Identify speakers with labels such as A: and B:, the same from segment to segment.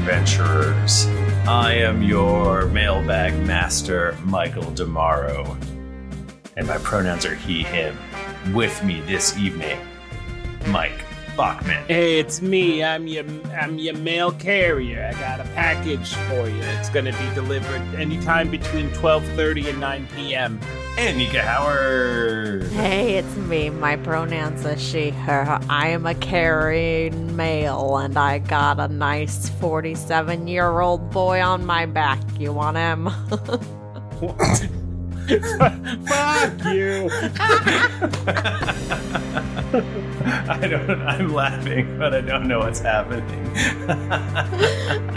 A: adventurers. I am your mailbag master, Michael Damaro. And my pronouns are he, him. With me this evening, Mike Bachman.
B: Hey, it's me. I'm your I'm your mail carrier. I got a package for you. It's gonna be delivered anytime between 12:30 and 9 p.m.
A: And Nika Howard.
C: Hey, it's me. My pronouns are she, her. I am a carrying male, and I got a nice 47 year old boy on my back. You want him?
B: Fuck you.
A: I don't. I'm laughing, but I don't know what's happening.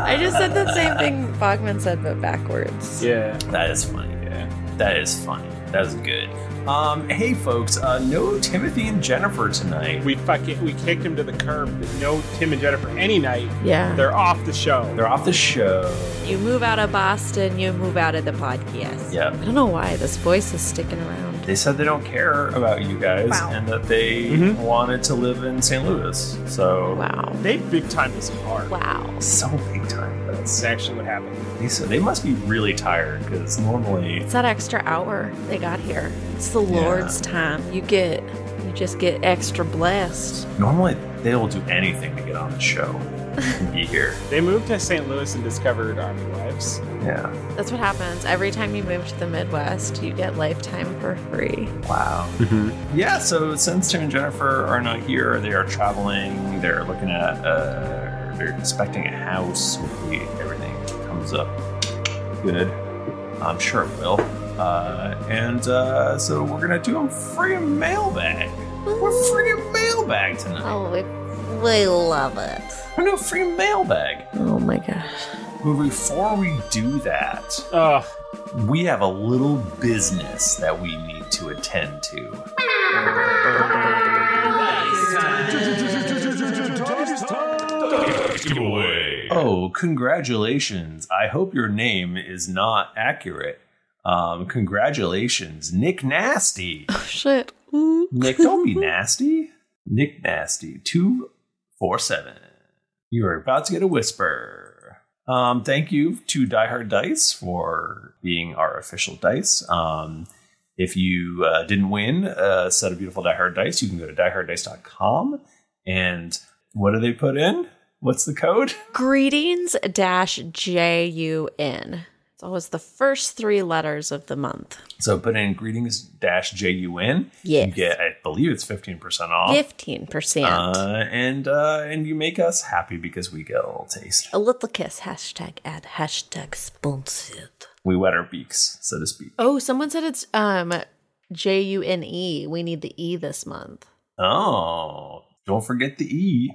C: I just said the same thing Bogman said, but backwards.
B: Yeah.
A: That is funny. Yeah. That is funny. That is good. Um, hey, folks. Uh, no Timothy and Jennifer tonight.
B: We fucking we kicked him to the curb. No Tim and Jennifer any night.
C: Yeah.
B: They're off the show.
A: They're off the show.
C: You move out of Boston, you move out of the podcast.
A: Yeah.
C: I don't know why this voice is sticking around.
A: They said they don't care about you guys
C: Wow.
A: and that they
B: Mhm.
A: wanted to live in St. Louis. So
C: Wow.
B: they big time this hard.
C: Wow.
A: so big time.
B: That's
A: That's
B: actually what happened.
A: so they must be really tired because normally
C: It's that extra hour they got here. It's the
A: Yeah.
C: Lord's time. You get, you just get extra blessed.
A: normally they will do anything to get on the show and be here.
B: They moved to St. Louis and discovered army wives.
A: Yeah.
C: That's what happens. Every time you move to the Midwest, you get lifetime for free.
A: Wow.
B: Mm-hmm.
A: Yeah, so since Tim and Jennifer are not here, they are traveling. They're looking at, uh, they're inspecting a house. Hopefully, everything comes up good. I'm sure it will. Uh, and uh, so we're gonna do a free mailbag. We're free mailbag tonight.
C: Oh, we, we love it.
A: We're doing a free mailbag.
C: Oh my gosh.
A: But before we do that,
B: Ugh.
A: we have a little business that we need to attend to. Oh, congratulations. I hope your name is not accurate. Um, congratulations, Nick Nasty.
C: Oh shit. Ooh.
A: Nick, don't be nasty. Nick Nasty, 247. You are about to get a whisper. Um, thank you to Die Hard Dice for being our official dice. Um, if you uh, didn't win a set of beautiful Die Hard Dice, you can go to dieharddice.com. And what do they put in? What's the code?
C: Greetings dash J U N. It's always the first three letters of the month.
A: So put in greetings dash JUN.
C: Yes.
A: You get, I believe it's 15% off.
C: Fifteen percent.
A: Oh. Uh, and uh, and you make us happy because we get a little taste.
C: a little kiss. Hashtag ad. Hashtag sponsored.
A: We wet our beaks, so to speak.
C: Oh, someone said it's um J U N E. We need the E this month.
A: Oh, don't forget the E.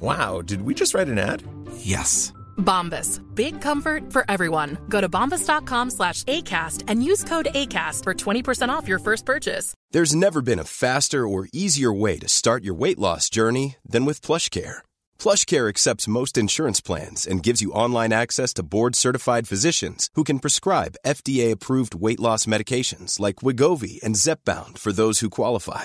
D: Wow, did we just write an ad?
E: Yes.
F: Bombas. Big comfort for everyone. Go to bombas.com slash ACAST and use code ACAST for 20% off your first purchase.
G: There's never been a faster or easier way to start your weight loss journey than with PlushCare. PlushCare accepts most insurance plans and gives you online access to board-certified physicians who can prescribe FDA-approved weight loss medications like Wigovi and Zepbound for those who qualify.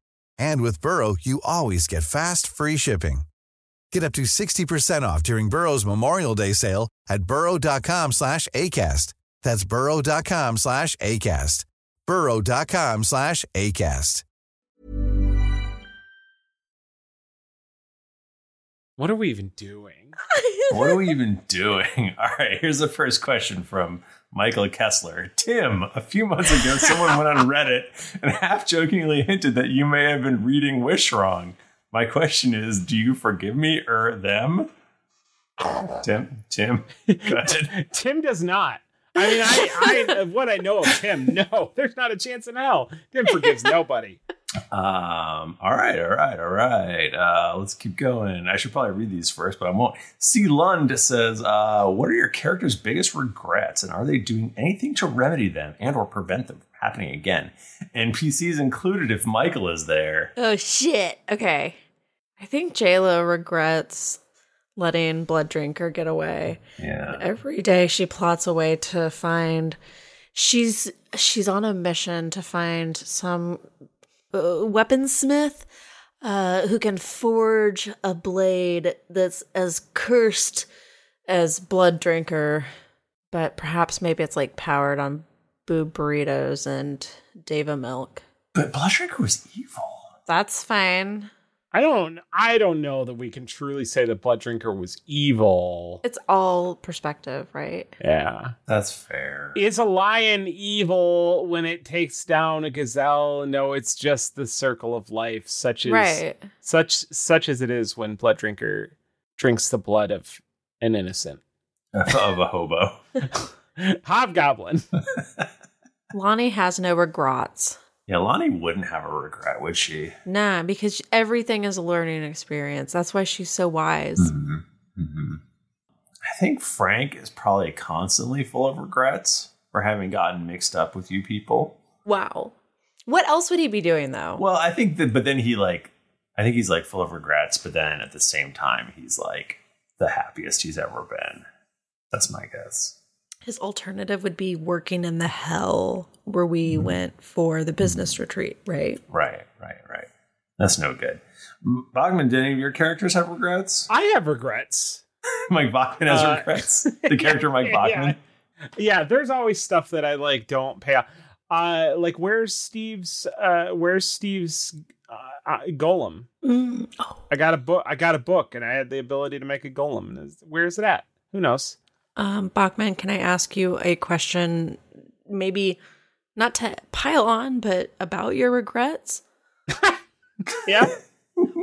H: And with Burrow, you always get fast, free shipping. Get up to 60% off during Burrow's Memorial Day sale at burrow.com slash ACAST. That's burrow.com slash ACAST. burrow.com slash ACAST.
B: What are we even doing?
A: what are we even doing? All right, here's the first question from Michael Kessler. Tim, a few months ago, someone went on Reddit and half jokingly hinted that you may have been reading Wish wrong. My question is, do you forgive me or them? Tim, Tim, go ahead.
B: Tim does not. I mean, I, I of what I know of Tim, no, there's not a chance in hell. Tim forgives nobody.
A: Um, all right, all right, all right. Uh, let's keep going. I should probably read these first, but I won't. C. Lund says, uh, "What are your characters' biggest regrets, and are they doing anything to remedy them and/or prevent them from happening again?" NPCs included, if Michael is there.
C: Oh shit. Okay. I think Jayla regrets letting Blood Drinker get away.
A: Yeah.
C: Every day she plots a way to find she's she's on a mission to find some uh, weaponsmith uh, who can forge a blade that's as cursed as Blood Drinker, but perhaps maybe it's like powered on boo burritos and Deva milk.
A: But Blood Drinker was evil.
C: That's fine.
B: I don't. I don't know that we can truly say that Blood Drinker was evil.
C: It's all perspective, right?
B: Yeah,
A: that's fair.
B: Is a lion evil when it takes down a gazelle? No, it's just the circle of life, such as
C: Right.
B: such such as it is when Blood Drinker drinks the blood of an innocent
A: of a hobo.
B: hobgoblin.
C: Lonnie has no regrets.
A: Yeah, Lonnie wouldn't have a regret, would she?
C: Nah, because everything is a learning experience. That's why she's so wise.
A: Hmm. I think Frank is probably constantly full of regrets for having gotten mixed up with you people.
C: Wow. What else would he be doing though?
A: Well, I think that, but then he like, I think he's like full of regrets, but then at the same time, he's like the happiest he's ever been. That's my guess.
C: His alternative would be working in the hell where we went for the business retreat, right?
A: Right, right, right. That's no good. M- Bachman, did any of your characters have regrets?
B: I have regrets.
A: Mike Bachman has
B: Uh,
A: regrets. The character Mike Bachman.
B: yeah there's always stuff that i like don't pay off uh like where's steve's uh where's steve's uh, uh, golem i got a book i got a book and i had the ability to make a golem And it's- where's it at who knows
C: Um, Bachman, can I ask you a question? Maybe not to pile on, but about your regrets.
B: yeah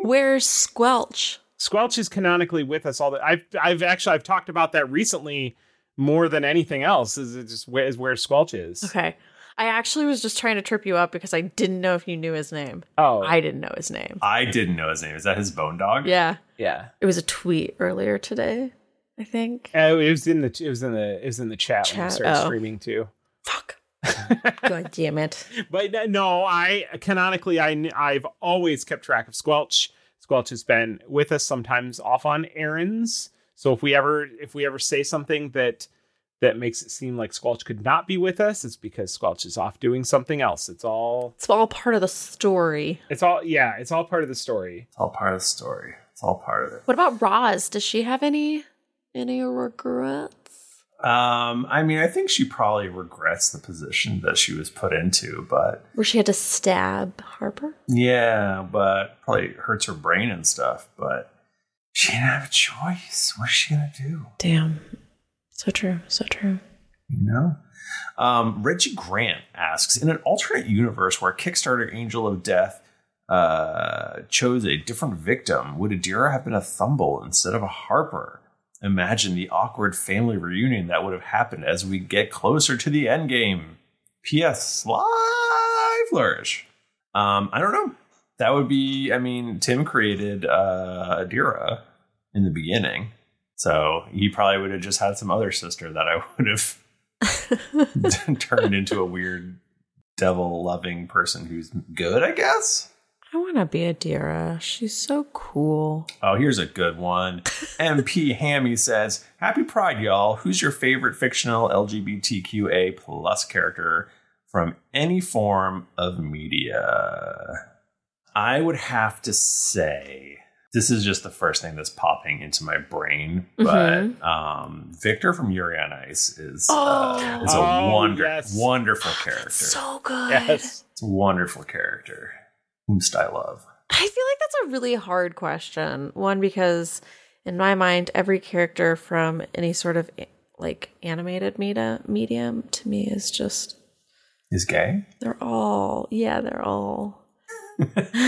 C: Where's Squelch?
B: squelch is canonically with us all the i've i've actually i've talked about that recently more than anything else is it just where is where squelch is
C: Okay. I actually was just trying to trip you up because I didn't know if you knew his name.
B: oh
C: I didn't know his name.
A: I didn't know his name. Is that his bone dog?
C: Yeah.
B: yeah
C: It was a tweet earlier today, I think.
B: Uh, it was in the it was in the it was in the chat, when I
C: Chat,
B: started
C: oh.
B: streaming too
C: Fuck. God damn it.
B: But n- no, I canonically I kn- I've always kept track of Squelch. Squelch has been with us sometimes off on errands. So if we ever if we ever say something that that makes it seem like Squelch could not be with us, it's because Squelch is off doing something else. It's all
C: It's all part of the story.
B: it's all yeah, it's all part of the story.
A: It's all part of the story. It's all part of it.
C: What about Roz? Does she have any any regrets?
A: Um, I mean, I think she probably regrets the position that she was put into, but
C: Where she had to stab Harper?
A: yeah, but probably hurts her brain and stuff. But she didn't have a choice. What is she gonna do?
C: Damn. So true, so true.
A: You know. Um, Reggie Grant asks: In an alternate universe where Kickstarter Angel of Death uh, chose a different victim, would Adira have been a Thumble instead of a Harper? Imagine the awkward family reunion that would have happened as we get closer to the end game. P.S. Sly Flourish. Um, I don't know. That would be. I mean, Tim created uh, Adira in the beginning, so he probably would have just had some other sister that I would have turned into a weird devil loving person who's good, I guess.
C: I want to be a Dira. She's so cool.
A: Oh, here's a good one. MP Hammy says, "Happy Pride, y'all. Who's your favorite fictional LGBTQA plus character from any form of media?" I would have to say this is just the first thing that's popping into my brain, but
C: Mhm.
A: um, Victor from Yuri on Ice is uh,
C: Oh.
A: is a
B: Oh,
A: wonder,
B: yes.
A: wonderful character.
C: So good.
B: Yes.
A: it's a wonderful character. Whomst I love.
C: I feel like that's a really hard question. One because in my mind, every character from any sort of like animated media medium to me is just
A: Is gay?
C: they're all yeah they're all.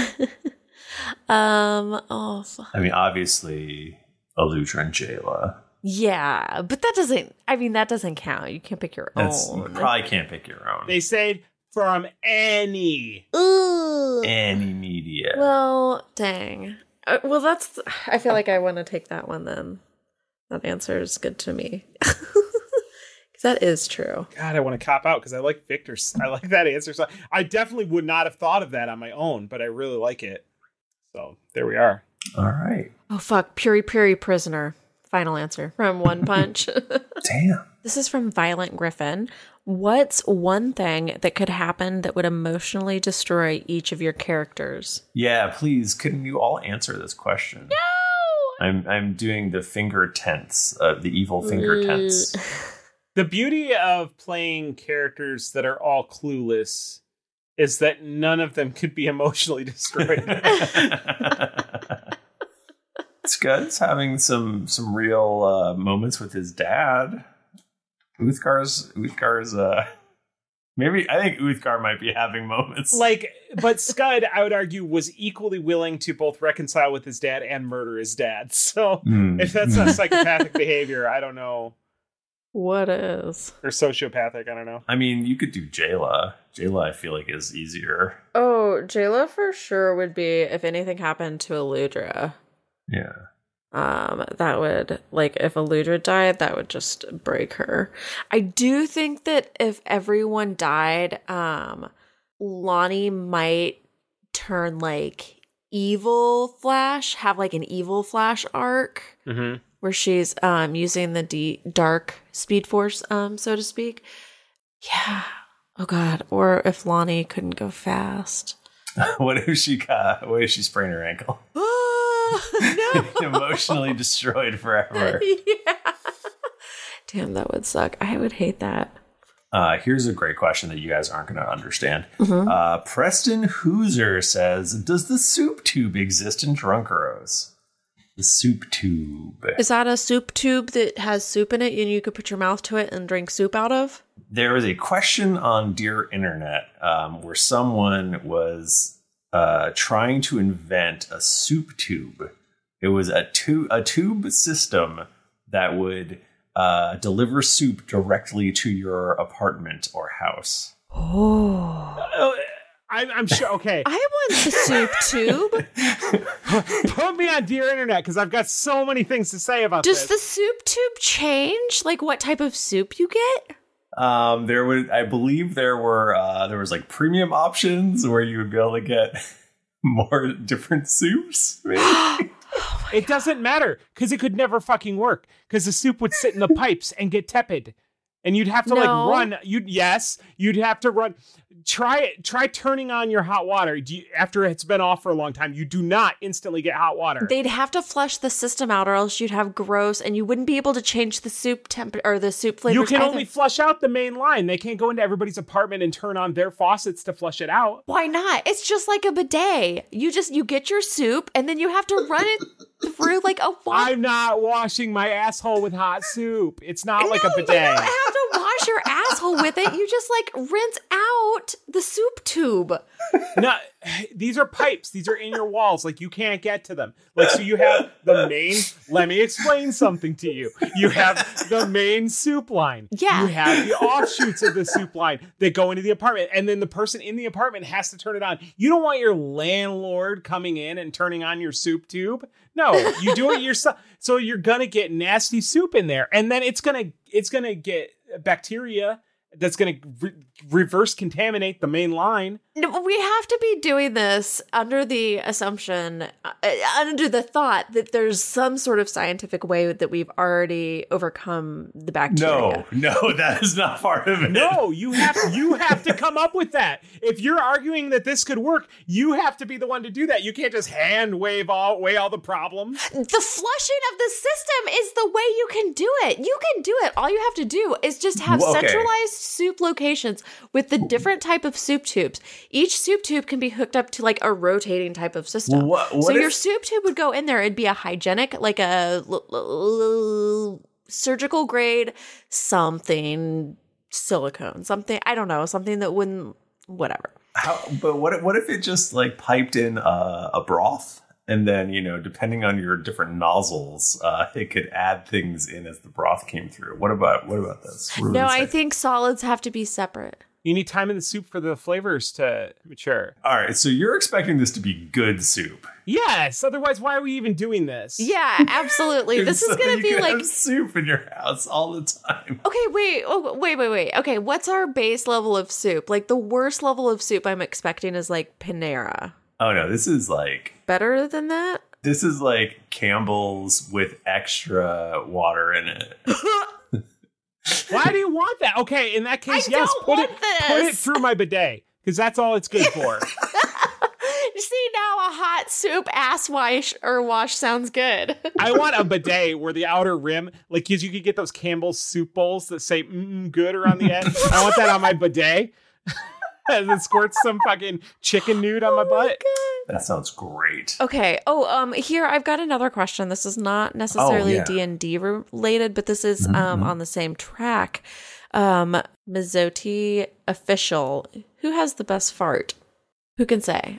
C: um. Oh. fu-
A: I mean, obviously, Alutra and Jayla.
C: Yeah, but that doesn't. I mean, that doesn't count. You can't pick your
A: That's you
C: own.
A: probably can't pick your own.
B: Oh, They said from any.
C: Ooh.
A: Any media.
C: Well, dang. Uh, well, that's. I feel like I want to take that one then. That answer is good to me. 'Cause that is true.
B: God, I want to cop out because I like Victor's. I like that answer. So I definitely would not have thought of that on my own, but I really like it. So there we are.
A: All right.
C: Oh fuck, Puri Puri prisoner. Final answer from One Punch.
A: Damn.
C: this is from Violent Griffin. What's one thing that could happen that would emotionally destroy each of your characters?
A: Yeah, please, couldn't you all answer this question? No! I'm, I'm doing the finger tense, uh, the evil finger tense.
B: The beauty of playing characters that are all clueless is that none of them could be emotionally destroyed.
A: it's good. It's having some some real uh, moments with his dad. Uthgar's Uthgar's uh maybe I think Uthgar might be having moments.
B: like, but Scud, I would argue, was equally willing to both reconcile with his dad and murder his dad. So
A: Mm,
B: if that's not
A: mm.
B: psychopathic behavior, I don't know.
C: What is?
B: Or sociopathic, I don't know.
A: I mean, you could do Jayla. Jayla, I feel like is easier.
C: Oh, Jayla for sure would be if anything happened to Eludra.
A: Yeah.
C: um that would like if Eludra died that would just break her i do think that if everyone died um lonnie might turn like evil flash have like an evil flash arc
B: Mm-hmm.
C: where she's um using the D- dark speed force um so to speak yeah oh god or if lonnie couldn't go fast
A: what if she got? What if she sprained her ankle?
C: oh no
A: Emotionally destroyed forever.
C: yeah. Damn, that would suck. I would hate that.
A: Uh, here's a great question that you guys aren't going to understand. Uh, Preston Hooser says, "Does the soup tube exist in Drunkeros?" The soup tube.
C: Is that a soup tube that has soup in it and you could put your mouth to it and drink soup out of?
A: there was a question on Dear Internet um, where someone was uh, trying to invent a soup tube. It was a tube, a tube system that would uh, deliver soup directly to your apartment or house.
C: Oh.
B: Oh, I'm, I'm sure. Okay.
C: I want the soup tube.
B: Put me on Dear Internet because I've got so many things to say about
C: Does the
B: this.
C: soup tube change? Like what type of soup you get?
A: Um, there would, I believe, there were uh, there was like premium options where you would be able to get more different soups. Maybe.
B: It doesn't matter because it could never fucking work because the soup would sit in the pipes and get tepid. And you'd have to like
C: No.
B: run. You'd yes, you'd have to run. Try it. Try turning on your hot water. Do you, after it's been off for a long time, you do not instantly get hot water.
C: They'd have to flush the system out or else you'd have gross and you wouldn't be able to change the soup temp or the soup flavor.
B: you can only flush out the main line. They can't go into everybody's apartment and turn on their faucets to flush it out.
C: Why not? It's just like a bidet. You just you get your soup and then you have to run it through like a water.
B: I'm not washing my asshole with hot soup. It's not like a
C: No,
B: bidet.
C: You don't have to wash your asshole with it. You just like rinse out the soup tube.
B: No, these are pipes. These are in your walls. Like you can't get to them. Like so, you have the main. Let me explain something to you. You have the main soup line.
C: Yeah.
B: You have the offshoots of the soup line that go into the apartment, and then the person in the apartment has to turn it on. You don't want your landlord coming in and turning on your soup tube. No, you do it yourself. So you're gonna get nasty soup in there, and then it's gonna it's gonna get bacteria. that's going to re- reverse contaminate the main line.
C: No, we have to be doing this under the assumption, uh, under the thought that there's some sort of scientific way that we've already overcome the bacteria.
A: No, no, that is not part of it.
B: No, you have you have to come up with that. If you're arguing that this could work, you have to be the one to do that. You can't just hand wave all way all the problems.
C: The flushing of the system is the way you can do it. You can do it. All you have to do is just have
A: Well, okay.
C: centralized soup locations with the different type of soup tubes. Each soup tube can be hooked up to like a rotating type of system.
A: What- what
C: so your
A: if-
C: soup tube would go in there. It'd be a hygienic, like a l- l- l- surgical grade something silicone, something I don't know, something that wouldn't whatever.
A: How, Uh, but what if- what if it just like piped in a, a broth, and then you know, depending on your different nozzles, uh, it could add things in as the broth came through. What about what about this? What
C: No,
A: about
C: I
A: this?
C: think solids have to be separate.
B: You need time in the soup for the flavors to mature.
A: All right, so you're expecting this to be good soup.
B: Yes, otherwise why are we even doing this?
C: Yeah, absolutely. this
A: So
C: is going
A: you
C: to be
A: could
C: like
A: have soup in your house all the time.
C: Okay, wait, oh, wait, wait, wait. Okay, what's our base level of soup? Like the worst level of soup I'm expecting is like Panera.
A: Oh no, this is like
C: Better than that?
A: this is like Campbell's with extra water in it.
B: Why do you want that? Okay, in that case,
C: I
B: yes,
C: don't
B: put
C: want
B: it put it
C: this.
B: through my bidet because that's all it's good for.
C: See now a hot soup ass wash or wash sounds good.
B: I want a bidet where the outer rim, like, cause you could get those Campbell's soup bowls that say mm, "good" around the end. I want that on my bidet, and then squirts some fucking chicken nude on my butt.
A: That sounds great.
C: okay. Oh, um here I've got another question. This is not necessarily
A: yeah.
C: D&D related, but this is um on the same track. Um Mizzoti official, who has the best fart? Who can say?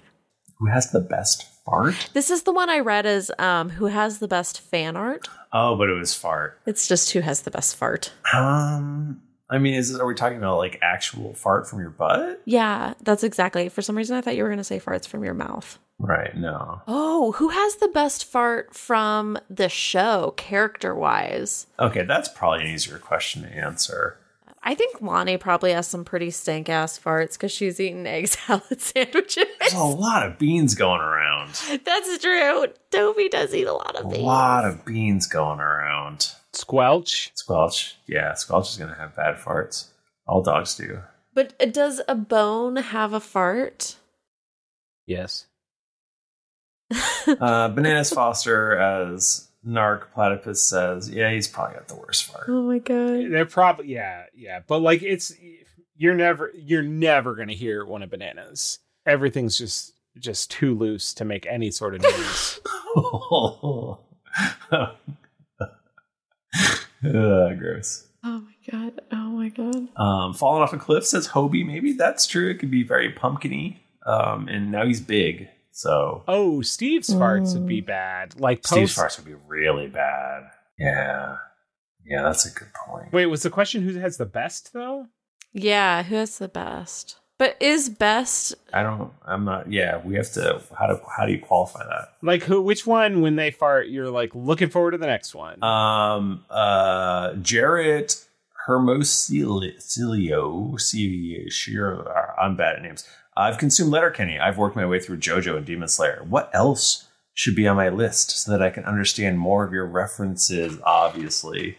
A: Who has the best fart?
C: This is the one I read as um who has the best fan art?
A: Oh, but it was fart.
C: It's just who has the best fart.
A: Um, I mean, is this, are we talking about like actual fart from your butt?
C: Yeah, that's exactly. For some reason, I thought you were going to say farts from your mouth.
A: Right. No.
C: Oh, who has the best fart from the show, character wise?
A: Okay, that's probably an easier question to answer.
C: I think Lonnie probably has some pretty stank ass farts because she's eating egg salad sandwiches.
A: There's a lot of beans going around.
C: that's true. Toby does eat a lot
A: A
C: of beans.
A: lot of beans going around.
B: Squelch.
A: Squelch. Yeah, Squelch is gonna have bad farts. All dogs do.
C: But uh, does a bone have a fart?
B: Yes.
A: Uh, Bananas Foster, as Narc Platypus says, yeah, he's probably got the worst fart.
C: Oh my god.
B: They're probably yeah, yeah, but like it's you're never you're never gonna hear one of bananas. Everything's just just too loose to make any sort of noise.
A: Oh. Ugh, gross.
C: Oh my god. Oh my god.
A: Um, falling off a cliff says Hobie. Maybe that's true. It could be very pumpkiny. Um, and now he's big, so
B: oh, Steve's farts would be bad. Like
A: Steve
B: post.
A: Farce would be really bad. Yeah, yeah, that's a good point.
B: Wait, was the question who has the best though?
C: Yeah, who has the best? But is best
A: I don't. I'm not. Yeah, we have to. How do how do you qualify that?
B: Like who? Which one? When they fart, you're like looking forward to the next one.
A: Um, uh, Jarrett Hermosilio. C- sure, uh, I'm bad at names. I've consumed Letterkenny. I've worked my way through JoJo and Demon Slayer. What else should be on my list so that I can understand more of your references? Obviously,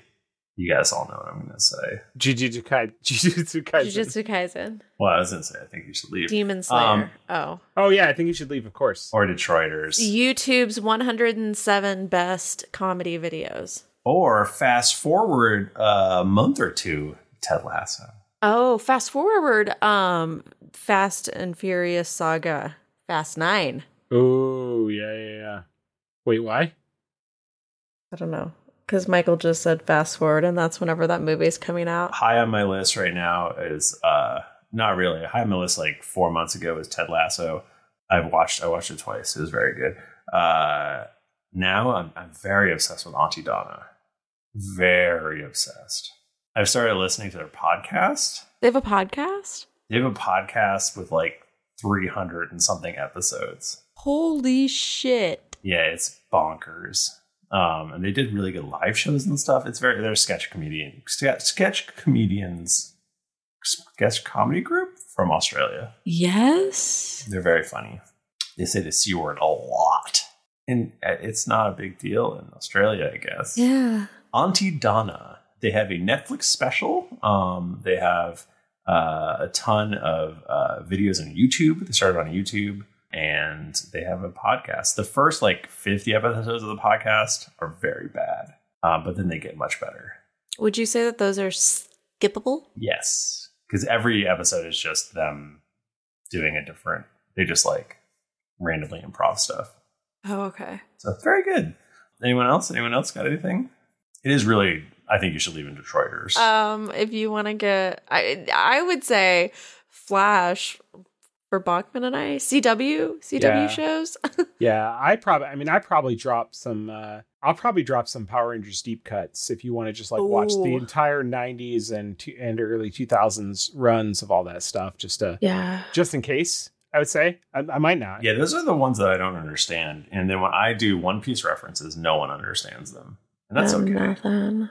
A: you guys all know what I'm going to say.
B: Jujutsu Kai- Jujutsu Kaisen.
C: Jujutsu Kaisen?
A: Well, I was going to say I think you should leave.
C: Demon
A: Um,
C: Slayer. oh.
B: Oh yeah, I think you should leave. Of course.
A: or Detroiters.
C: YouTube's 107 best comedy videos.
A: or fast forward a month or two, Ted Lasso.
C: Oh, fast forward um Fast and Furious Saga, Fast 9.
B: Oh yeah, yeah, yeah. Wait, why?
C: I don't know. Cuz Michael just said fast forward and that's whenever that movie's coming out.
A: High on my list right now is uh not really. High on my list like four months ago was Ted Lasso. I've watched I watched it twice. It was very good. Uh now I'm I'm very obsessed with Auntie Donna. Very obsessed. I've started listening to their podcast.
C: They have a podcast?
A: They have a podcast with like 300 and something episodes.
C: Holy shit.
A: yeah, it's bonkers. Um, and they did really good live shows and stuff. It's very they're sketch comedian sketch, sketch comedians sketch comedy group from Australia.
C: Yes.
A: They're very funny. They say the C word a lot. And uh, it's not a big deal in Australia, I guess.
C: Yeah.
A: Auntie Donna. They have a Netflix special. Um, they have uh, a ton of uh, videos on YouTube. They started on YouTube, and they have a podcast. The first like fifty episodes of the podcast are very bad, uh, but then they get much better.
C: Would you say that those are skippable?
A: Yes, because every episode is just them doing a different. They just like randomly improv stuff.
C: Oh, okay.
A: So it's very good. Anyone else? Anyone else got anything? It is really. I think you should leave in Detroiters.
C: Um, if you want to get, I I would say Flash for Bachman and I CW CW
B: Yeah.
C: shows.
B: yeah, I probably. I mean, I probably drop some. uh I'll probably drop some Power Rangers deep cuts if you want to just like watch the
C: Ooh.
B: entire '90s and two, and early 2000s runs of all that stuff, just to
C: yeah.
B: just in case. I would say I, I might not.
A: Yeah, those are the ones that I don't understand. And then when I do One Piece references, no one understands them, and that's
C: Um,
A: okay.
C: Nothing.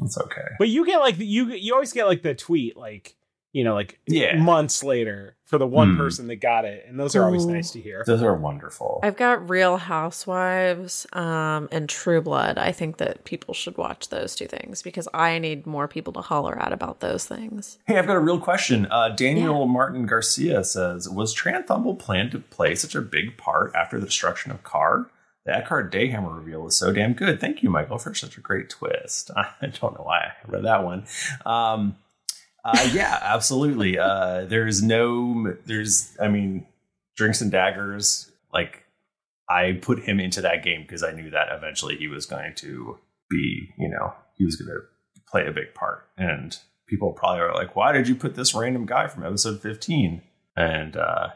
A: That's okay.
B: But you get like the, you you always get like the tweet like you know like
A: Yeah.
B: months later for the one
A: Hmm.
B: person that got it, and those are always
C: Ooh.
B: nice to hear.
A: Those are wonderful.
C: I've got Real Housewives um, and True Blood. I think that people should watch those two things because I need more people to holler at about those things.
A: hey, I've got a real question. Uh, Daniel Martin Garcia says, "Was Tranthumbel planned to play such a big part after the destruction of Carr? The Eckhart Dayhammer reveal is so damn good. Thank you, Michael, for such a great twist. I don't know why I read that one. Um, uh, yeah, absolutely. Uh, there's no, there's, I mean, drinks and daggers. Like, I put him into that game because I knew that eventually he was going to be, you know, he was going to play a big part. And people probably are like, why did you put this random guy from episode 15? And, uh,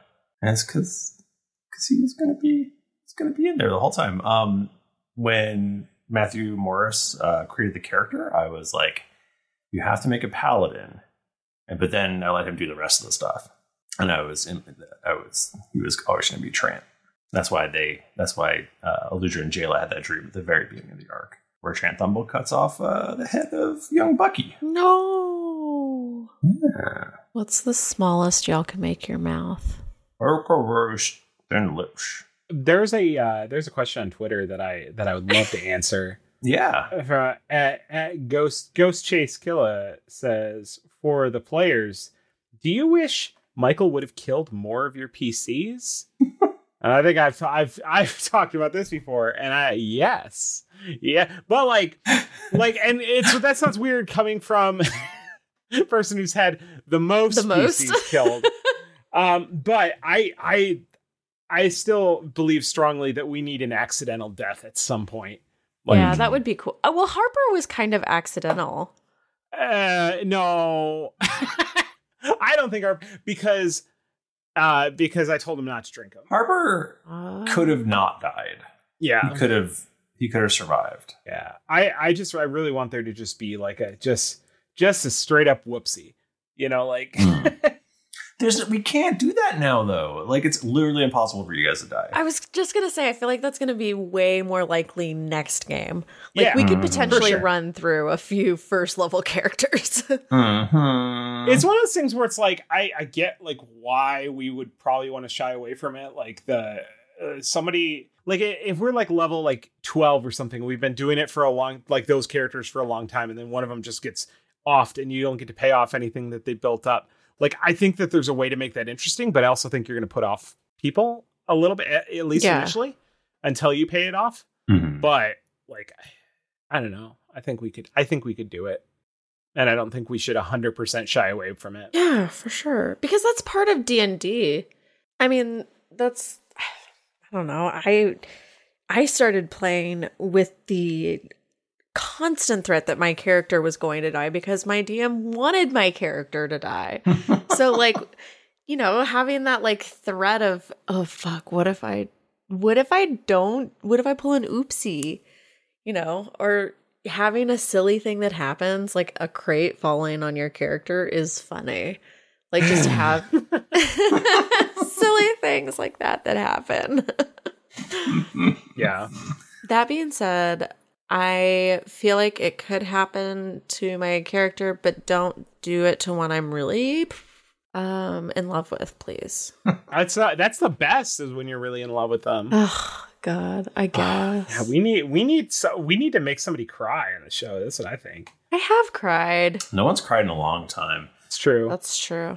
A: and it's because because he was going to be he's going to be in there the whole time. Um, when Matthew Morris uh, created the character, I was like, you have to make a paladin, and but then I let him do the rest of the stuff, and I was in, I was he was always going to be Trant. That's why they that's why uh, Eludra and Jayla had that dream at the very beginning of the arc where Trant Thumble cuts off uh, the head of young Bucky.
C: No. What's the smallest y'all can make your mouth?
A: Orca roast and lips.
B: There's a uh, there's a question on Twitter that I that I would love to answer.
A: Yeah.
B: Uh, at, at Ghost Ghost Chase Killa says for the players, do you wish Michael would have killed more of your PCs? and I think I've I've I've talked about this before, and I yes, yeah, but like like, and it's that sounds weird coming from a person who's had the most
C: The most.
B: PCs killed. um, but I I I still believe strongly that we need an accidental death at some point.
C: yeah, that would be cool. Uh, well, Harper was kind of accidental.
B: Uh, no, I don't think our because uh because I told him not to drink them.
A: Harper could have not died.
B: Yeah,
A: He could have he could have survived.
B: yeah. I I just I really want there to just be like a just just a straight up whoopsie. You know, like
A: There's we can't do that now though. Like it's literally impossible for you guys to die.
C: I was just gonna say, I feel like that's gonna be way more likely next game. Like
B: Yeah.
C: we could
A: Mm, for
C: potentially
B: sure.
C: run through a few first level characters.
A: Mhm.
B: it's one of those things where it's like I I get like why we would probably want to shy away from it. Like the uh, somebody like i- if we're like level like 12 or something we've been doing it for a long like those characters for a long time and then one of them just gets offed and you don't get to pay off anything that they built up like i think that there's a way to make that interesting but i also think you're going to put off people a little bit at at least
C: Yeah.
B: initially until you pay it off
A: Mhm.
B: but like i don't know i think we could i think we could do it and i don't think we should 100% shy away from it
C: yeah, for sure. Because that's part of D and D. I mean, that's I don't know. I I started playing with the constant threat that my character was going to die because my DM wanted my character to die. so like, you know, having that like threat of oh fuck, what if I what if I don't what if I pull an oopsie? You know, or having a silly thing that happens like a crate falling on your character is funny. Like just have silly things like that that happen.
B: yeah
C: That being said, I feel like it could happen to my character, but don't do it to one I'm really um in love with, please.
I: That's not, that's the best is when you're really in love with them.
C: oh God, I guess
I: Yeah, Ah, we need we need so we need to make somebody cry on the show. That's what I think.
C: I have cried.
A: No one's cried in a long time.
I: It's true.
C: That's true.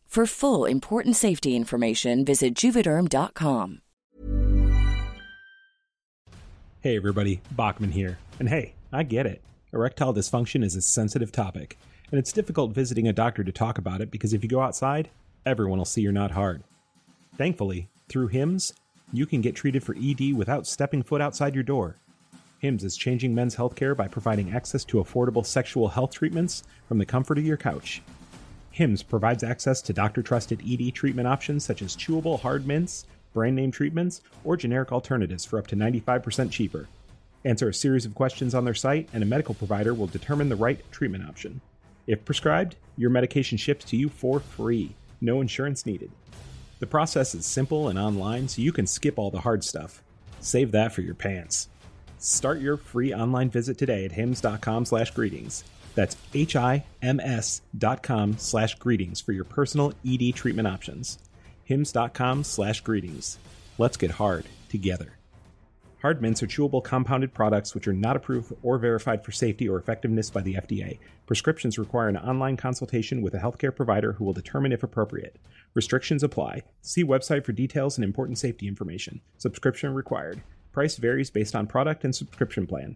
J: For full important safety information, visit juvederm.com.
B: Hey, everybody, Bachman here. And hey, I get it. Erectile dysfunction is a sensitive topic, and it's difficult visiting a doctor to talk about it because if you go outside, everyone will see you're not hard. Thankfully, through HIMS, you can get treated for ED without stepping foot outside your door. HIMS is changing men's healthcare by providing access to affordable sexual health treatments from the comfort of your couch. HIMS provides access to doctor trusted ED treatment options such as chewable hard mints, brand name treatments, or generic alternatives for up to 95% cheaper. Answer a series of questions on their site, and a medical provider will determine the right treatment option. If prescribed, your medication ships to you for free, no insurance needed. The process is simple and online, so you can skip all the hard stuff. Save that for your pants. Start your free online visit today at hims.com slash greetings. That's H-I-M-S dot com slash greetings for your personal ED treatment options. Hims.com slash greetings. Let's get hard together. Hard mints are chewable compounded products which are not approved or verified for safety or effectiveness by the FDA. Prescriptions require an online consultation with a healthcare provider who will determine if appropriate. Restrictions apply. See website for details and important safety information. Subscription required. Price varies based on product and subscription plan.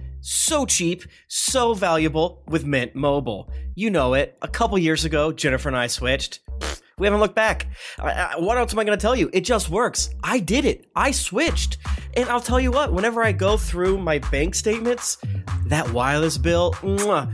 K: so cheap, so valuable with Mint Mobile. You know it. A couple years ago, Jennifer and I switched. Pfft, we haven't looked back. I, I- what else am I going to tell you? It just works. I did it. I switched. And I'll tell you what, whenever I go through my bank statements, that wireless bill, mwah,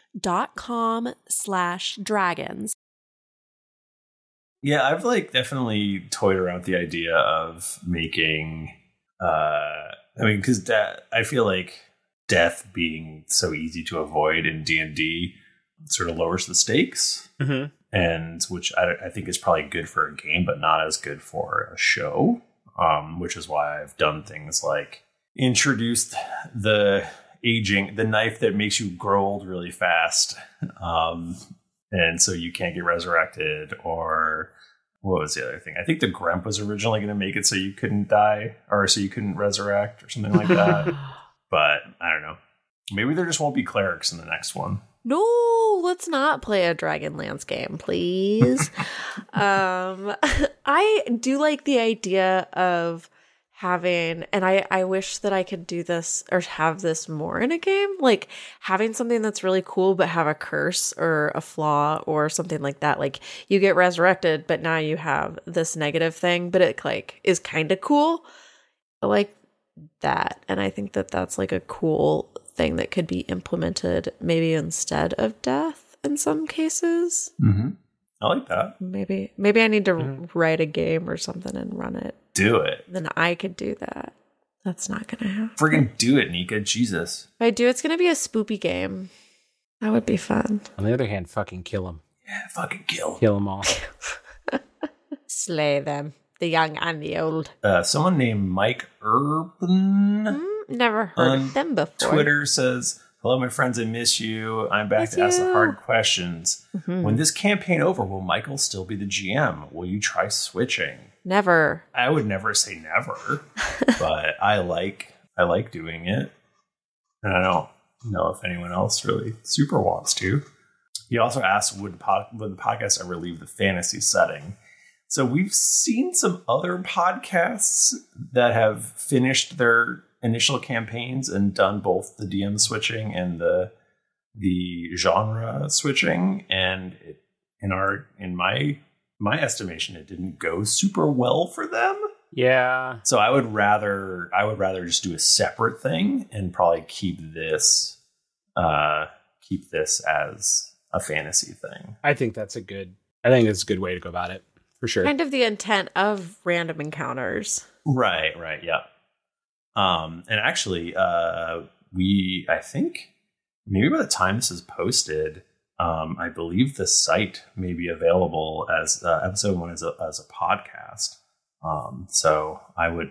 C: betterhelp.com slash dragons.
A: Yeah, I've like definitely toyed around with the idea of making. uh I mean, because that I feel like death being so easy to avoid in D anD D sort of lowers the stakes,
B: Mhm.
A: and which I, I think is probably good for a game, but not as good for a show. Um, which is why I've done things like introduced the aging, the knife that makes you grow old really fast, um, and so you can't get resurrected. Or what was the other thing? I think the Grump was originally going to make it so you couldn't die, or so you couldn't resurrect, or something like that. but I don't know. Maybe there just won't be clerics in the next one.
C: No, let's not play a Dragonlance game, please. um, I do like the idea of having, and I, I wish that I could do this or have this more in a game, like having something that's really cool but have a curse or a flaw or something like that. Like you get resurrected, but now you have this negative thing, but it like is kind of cool. I like that. And I think that that's like a cool thing that could be implemented maybe instead of death in some cases.
A: Mm-hmm. I like that.
C: Maybe maybe I need to write a game or something and run it.
A: Do it.
C: Then I could do that. That's not going to happen.
A: Friggin' do it, Nika. Jesus.
C: If I do, it's going to be a spoopy game. That would be fun.
L: On the other hand, fucking kill them.
A: Yeah, fucking kill.
L: Kill them all.
C: Slay them, the young and the old. Hmm,
A: Uh, someone named Mike Urban
C: Never heard
A: on
C: of them before.
A: Twitter says, "Hello, my friends. I miss you. I'm back
C: Miss
A: to ask the
C: you."
A: hard questions.
C: Mhm.
A: When this campaign over, will Michael still be the GM? Will you try switching?"
C: Never.
A: I would never say never, but I like I like doing it, and I don't know if anyone else really super wants to. He also asked, "Would pod, would the podcast ever leave the fantasy setting?" So we've seen some other podcasts that have finished their initial campaigns and done both the DM switching and the the genre switching, and it, in our in my my estimation, it didn't go super well for them.
L: Yeah.
A: So I would rather I would rather just do a separate thing and probably keep this uh keep this as a fantasy thing.
L: I think that's a good. I think that's a good way to go about it for sure.
C: Kind of the intent of random encounters.
A: Right, right, yeah. Um and actually uh we I think maybe by the time this is posted um, I believe the site may be available as uh, episode one as a, as a podcast. Um, so I would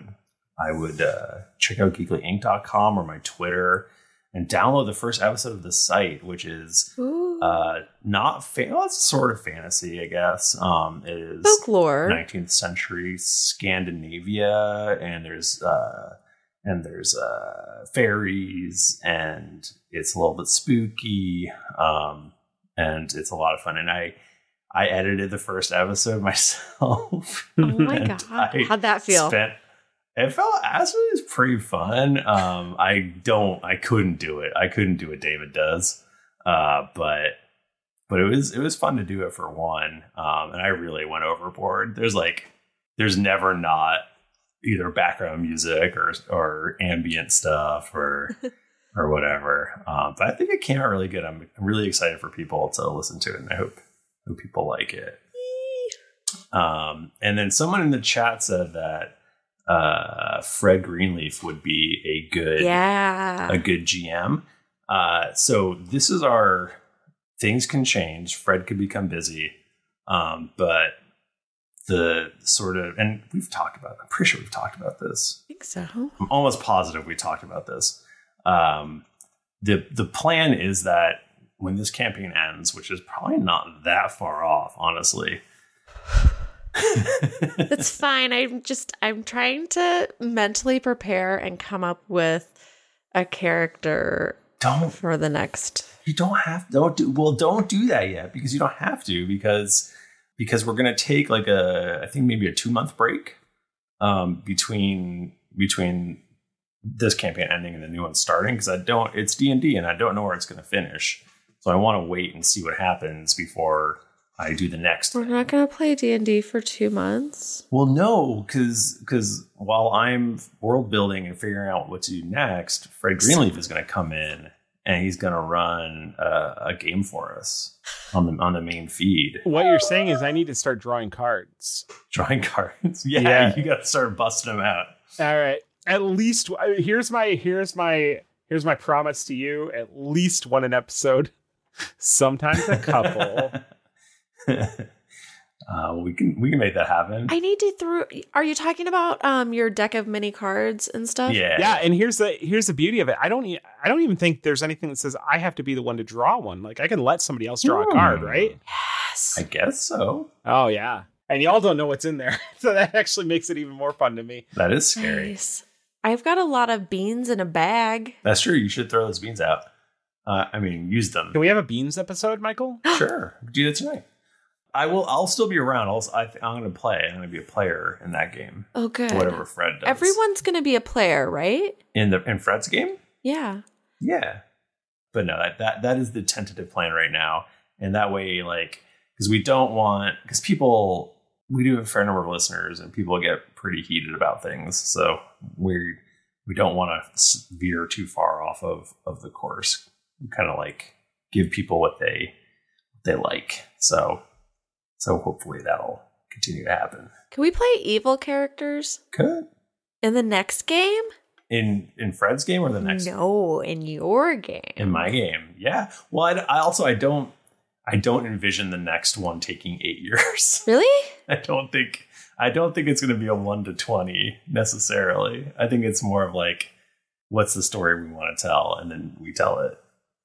A: I would uh, check out geeklyinc.com or my Twitter and download the first episode of the site, which is uh, not fa- well, it's sort of fantasy, I guess. Um, it is
C: Folklore.
A: 19th century Scandinavia, and there's uh, and there's uh, fairies, and it's a little bit spooky, um, and it's a lot of fun. And I I edited the first episode myself.
C: Oh my
A: And
C: God. How'd that feel?
A: Spent, it felt actually it was pretty fun. Um, I don't, I couldn't do it. I couldn't do what David does. Uh, but but it was it was fun to do it for one. Um, and I really went overboard. There's like there's never not either background music or or ambient stuff or or whatever. Um, but I think it came out really good. I'm, I'm really excited for people to listen to it, and I hope hope people like it. Um, and then someone in the chat said that uh, Fred Greenleaf would be a good
C: Yeah.
A: a good GM. Uh, so this is our things can change. Fred could become busy, um, but the sort of, and we've talked about, I'm pretty sure we've talked about this.
C: think so.
A: I'm almost positive we talked about this. Um, the the plan is that when this campaign ends, which is probably not that far off, honestly,
C: That's fine. I'm just I'm trying to mentally prepare and come up with a character
A: Don't.
C: for the next.
A: you don't have don't do well don't do that yet because you don't have to because because we're gonna take like a I think maybe a two month break um, between between this campaign ending and the new one starting because I don't it's D and D and I don't know where it's gonna finish so I want to wait and see what happens before I do the next
C: We're not going to play D&D for 2 months.
A: Well, no, because while I'm world building and figuring out what to do next, Fred Greenleaf is going to come in and he's going to run uh, a game for us on the on the main feed.
B: What you're saying is I need to start drawing cards.
A: Drawing cards, yeah,
B: Yeah.
A: you got to start busting them out.
B: All right. At least I- Uh, here's my here's my here's my promise to you. At least one an episode. Sometimes a couple.
A: Uh, we can we can make that happen.
C: I need to throw Are you talking about um your deck of mini cards and stuff?
B: Yeah, and here's the here's the beauty of it. I don't e- I don't even think there's anything that says I have to be the one to draw one. Like I can let somebody else draw a card,
A: Hmm.
B: right?
C: Yes.
A: I guess so.
B: Oh yeah. And y'all don't know what's in there. So that actually makes it even more fun to me.
A: That is scary.
C: Nice. I've got a lot of beans in a bag.
A: That's true. You should throw those beans out. Uh, I mean, use them.
B: Can we have a beans episode, Michael?
A: Sure, do that tonight. I will. I'll still be around. I'll, I, I'm going to play. I'm going to be a player in that game.
C: Oh good.
A: Whatever Fred does.
C: Everyone's going to be a player, right?
A: in the in Fred's game.
C: Yeah.
A: Yeah, but no, that that, that is the tentative plan right now, and that way, like, because we don't want because people we do have a fair number of listeners, and people get pretty heated about things, so we we don't want to veer too far off of of the course. Kind of like give people what they they like. So so hopefully that'll continue to happen.
C: Can we play evil characters
A: Good
C: in the next game?
A: in in Fred's game or the next
C: No, in your game.
A: in my game. Yeah. Well, I, I also I don't I don't envision the next one taking eight years.
C: Really?
A: I don't think I don't think it's going to be a one to twenty necessarily. I think it's more of like what's the story we want to tell, and then we tell it.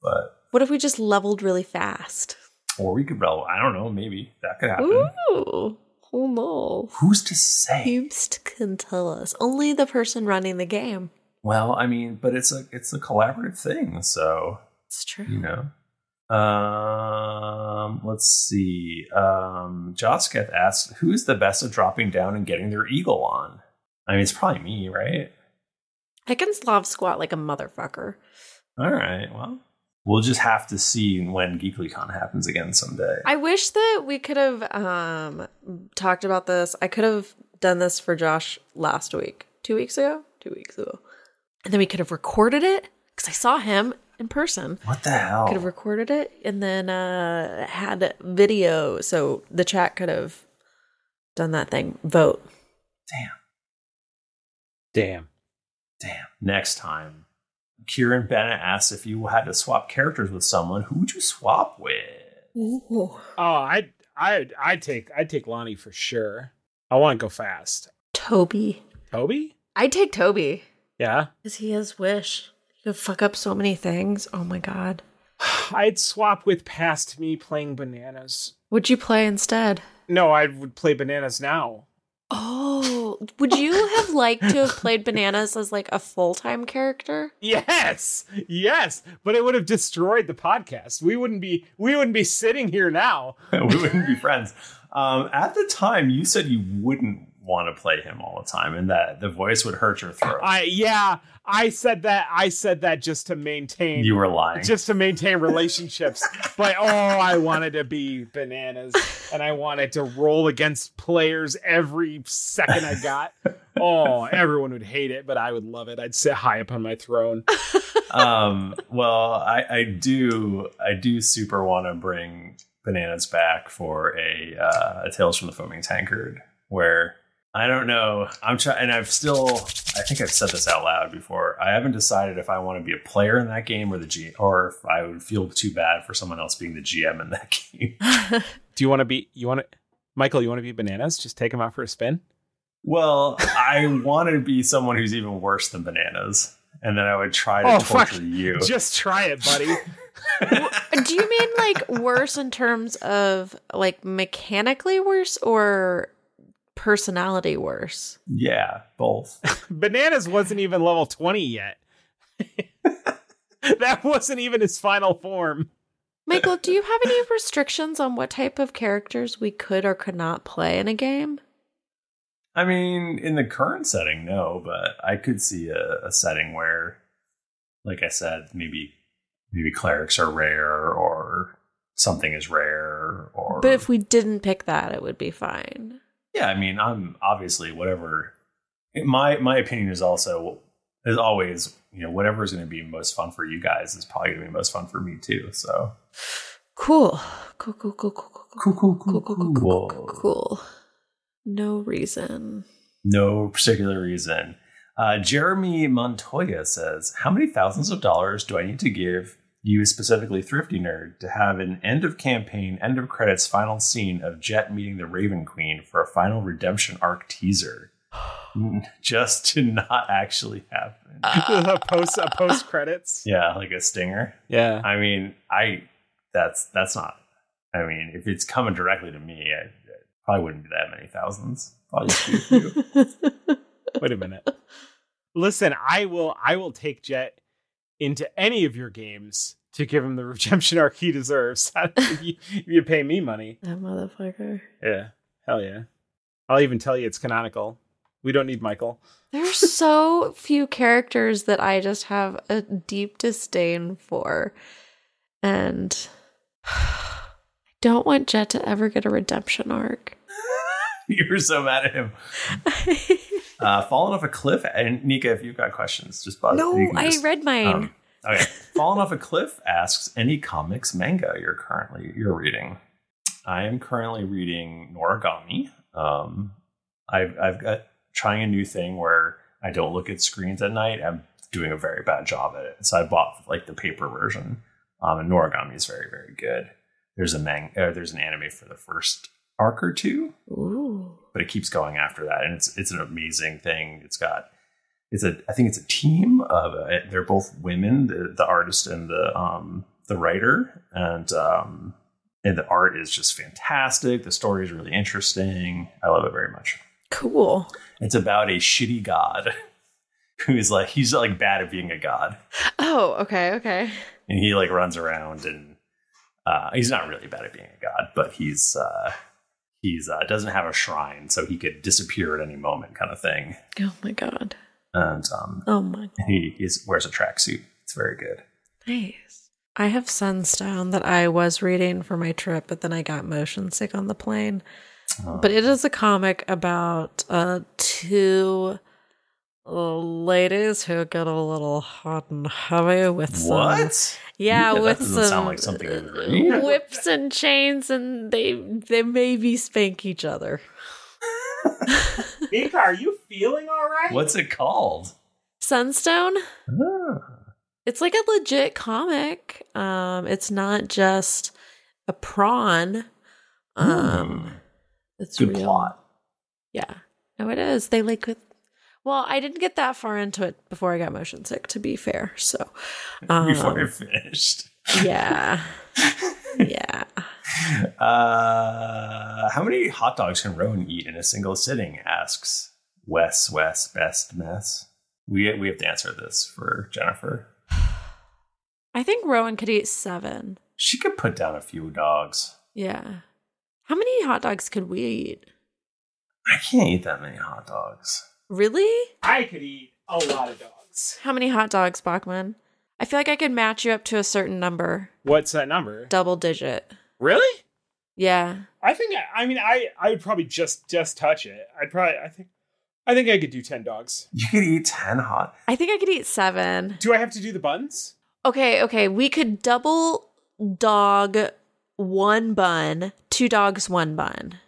A: But
C: What if we just leveled really fast?
A: or we could probably I don't know maybe that could happen.
C: Ooh. Oh no.
A: Who's to say?
C: Who's can tell us? Only the person running the game.
A: Well, I mean, but it's a it's a collaborative thing, so
C: It's true.
A: you know. Um, let's see. Um, Josketh asked, "Who's the best at dropping down and getting their eagle on?" I mean, it's probably me, right?
C: I can slob squat like a motherfucker.
A: All right. Well, we'll just have to see when GeeklyCon happens again someday.
C: I wish that we could have um talked about this. I could have done this for Josh last week. Two weeks ago? Two weeks ago. And then we could have recorded it because I saw him in person.
A: What the hell?
C: Could have recorded it and then uh, had video so the chat could have done that thing. Vote.
B: Damn.
A: Damn. Next time, Kieran Bennett asked if you had to swap characters with someone, who would you swap with?
C: Ooh.
B: Oh, I I I take I take Lonnie for sure. I want to go fast.
C: Toby.
B: Toby?
C: I'd take Toby
B: Yeah.
C: because he has Wish. He could fuck up so many things. Oh my God.
B: I'd swap with past me playing bananas.
C: Would you play instead?
B: No, I would play bananas now.
C: Oh, would you have liked to have played Bananas as like a full time character?
B: Yes. Yes, but it would have destroyed the podcast. We wouldn't be we wouldn't be sitting here now.
A: we wouldn't be friends. Um, at the time, you said you wouldn't want to play him all the time, and that the voice would hurt your throat.
B: I yeah, I said that I said that just to maintain
A: you were lying.
B: just to maintain relationships. but oh, I wanted to be bananas and I wanted to roll against players every second I got. Oh, everyone would hate it, but I would love it. I'd sit high upon my throne.
A: um, well, I, I do, I do super want to bring bananas back for a, uh, a Tales from the Foaming Tankard, where I don't know, I'm trying, and I've still, I think I've said this out loud before. I haven't decided if I want to be a player in that game or the G, or if I would feel too bad for someone else being the GM in that game.
B: Do you want to be you want to Michael, you want to be bananas? Just take them out for a spin.
A: Well, I want to be someone who's even worse than bananas, and then I would try to
B: Oh, fuck.
A: torture you.
B: Just try it, buddy.
C: Do you mean like worse in terms of like mechanically worse or personality worse?
A: yeah, both.
B: bananas wasn't even level 20 yet. that wasn't even his final form.
C: Michael, do you have any restrictions on what type of characters we could or could not play in a game?
A: I mean, in the current setting, no, but I could see a, a setting where, like I said, maybe maybe clerics are rare or something is rare or
C: But if we didn't pick that, it would be fine.
A: yeah i mean i'm obviously whatever my my opinion is also is always you know whatever is going to be most fun for you guys is probably going to be most fun for me too so
C: Cool. Cool, cool, cool, cool, cool, cool, cool, cool, cool, cool, cool, cool. No reason.
A: no particular reason uh, jeremy montoya says how many thousands of dollars do i need to give you specifically thrifty nerd to have an end of campaign end of credits final scene of jet meeting the raven queen for a final redemption arc teaser just to not actually happen
B: a post a post credits.
A: Yeah, like a stinger.
B: Yeah.
A: I mean, I that's that's not. I mean, if it's coming directly to me, I, it probably wouldn't be that many thousands. Probably just be a few.
B: Wait a minute. Listen, I will I will take Jet into any of your games to give him the redemption arc he deserves. if, you, if you pay me money.
C: That motherfucker.
B: Yeah. Hell yeah. I'll even tell you it's canonical. We don't need Michael.
C: There's so few characters that I just have a deep disdain for. And I don't want Jet to ever get a redemption arc.
A: you were so mad at him. uh, falling off a cliff. And Nika, if you've got questions, just um, buzz.
C: No,
A: Uh, you can
C: I read mine.
A: okay, falling off a cliff asks any comics manga you're currently you're reading. I am currently reading Noragami. Um, I've I've got trying a new thing where I don't look at screens at night. I'm doing a very bad job at it, so I bought like the paper version. Um, and Noragami is very very good. There's a manga. Uh, there's an anime for the first arc or two
C: Ooh.
A: but it keeps going after that, and it's it's an amazing thing. It's got it's a I think it's a team of uh, they're both women, the, the artist and the um the writer, and um and the art is just fantastic. The story is really interesting. I love it very much.
C: Cool.
A: It's about a shitty god who is like he's like bad at being a god,
C: Oh, okay, okay.
A: and he like runs around and uh, he's not really bad at being a god, but he's. uh He's uh, doesn't have a shrine, so he could disappear at any moment, kind of thing.
C: Oh my god.
A: and um,
C: Oh my
A: he is wears a tracksuit. It's very good.
C: nice. I have Sunstone that I was reading for my trip, but then I got motion sick on the plane.
A: Oh.
C: But it is a comic about uh two uh, ladies who get a little hot and heavy with some-
A: What?
C: yeah,
A: Yeah, that
C: with
A: doesn't
C: some uh,
A: sound like something I would read.
C: whips and chains, and they they maybe spank each other.
B: Nika, are you feeling all right?
A: What's it called?
C: Sunstone. It's like a legit comic. Um, it's not just a prawn. Um, it's
A: Hmm. Good
C: real.
A: plot.
C: Yeah, no, it is. They like with. Well, I didn't get that far into it before I got motion sick. To be fair, so um,
A: Before I finished.
C: yeah, yeah.
A: Uh, how many hot dogs can Rowan eat in a single sitting? Asks Wes. Wes, best mess. We we have to answer this for Jennifer.
C: I think Rowan could eat seven.
A: She could put down a few dogs.
C: Yeah. How many hot dogs could we eat?
A: I can't eat that many hot dogs.
C: Really?
B: I could eat a lot of dogs.
C: How many hot dogs, Bachman? I feel like I could match you up to a certain number,
B: What's that number?
C: double digit.
B: Really?
C: Yeah.
B: I think I, I mean I I would probably just just touch it. I'd probably I think I think I could do 10 dogs.
A: You could eat ten hot.
C: I think I could eat seven.
B: Do I have to do the buns?
C: Okay, okay. We could double dog one bun, two dogs, one bun.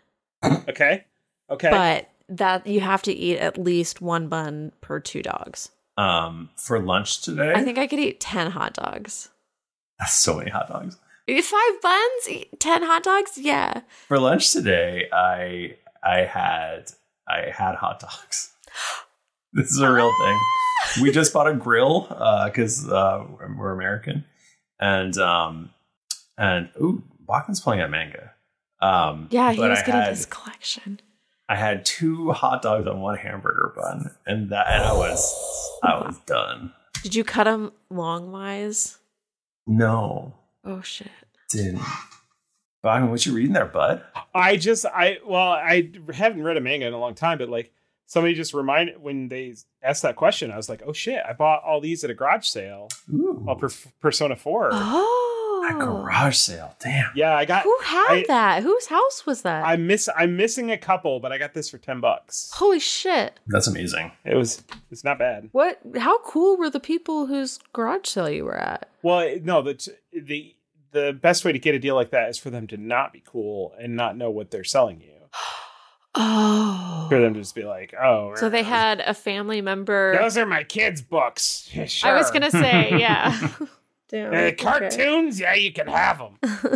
B: Okay. Okay.
C: But that you have to eat at least one bun per two dogs.
A: Um, for lunch today,
C: I think I could eat 10 hot dogs.
A: so many hot dogs.
C: Five buns, E- ten hot dogs. Yeah.
A: For lunch today, I I had I had hot dogs. This is a real thing. We just bought a grill because uh, we're- we're American, and um, and ooh, Bachman's playing at manga. Um,
C: Yeah, he
A: but
C: was
A: I
C: getting
A: had-
C: his collection.
A: I had two hot dogs on one hamburger bun, and that and I was I was done.
C: Did you cut him longwise?
A: No,
C: Oh shit.
A: didn't. Bachman, what you reading there, bud?
B: I just I well I haven't read a manga in a long time, but like somebody just reminded when they asked that question, I was like, oh shit, I bought all these at a garage sale. Oh,
A: Ooh.
B: per- Persona Four.
C: Oh.
A: Garage sale. Damn.
B: Yeah, I got.
C: Who had
B: I-
C: that? Whose house was that?
B: I miss. I'm missing a couple, but I got this for ten bucks.
C: Holy shit.
A: That's amazing.
B: It was. It's not bad.
C: What how cool were the people whose garage sale you were at?
B: Well, it- no, the t- the the best way to get a deal like that is for them to not be cool and not know what they're selling you.
C: Oh.
B: For them to just be like, oh,
C: So they had a family member
B: those are my kids' books.
C: I was
B: Sure.
C: gonna say, yeah. Damn.
B: Uh,
C: okay.
B: cartoons, yeah, you can have them.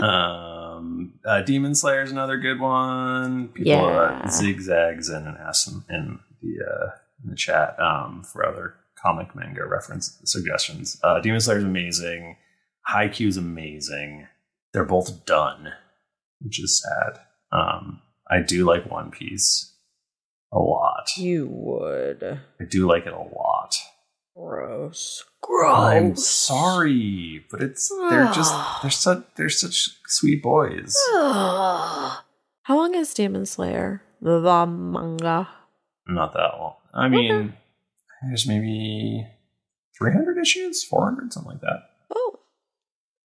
A: um, uh, Demon Slayer is another good one. People
C: Yeah.
A: uh, zigzags in and ask in, in the uh, in the chat um, for other comic manga reference suggestions. Uh, Demon Slayer is amazing. Haikyuu is amazing. They're both done, which is sad. Um, I do like One Piece a lot.
C: You would.
A: I do like it a lot.
C: Gross. Oh,
A: I'm sorry, but it's they're just they're such they're such sweet boys.
C: How long is Demon Slayer? The manga.
A: Not that long. I mean, there's maybe 300 issues, 400, something like that.
C: Oh,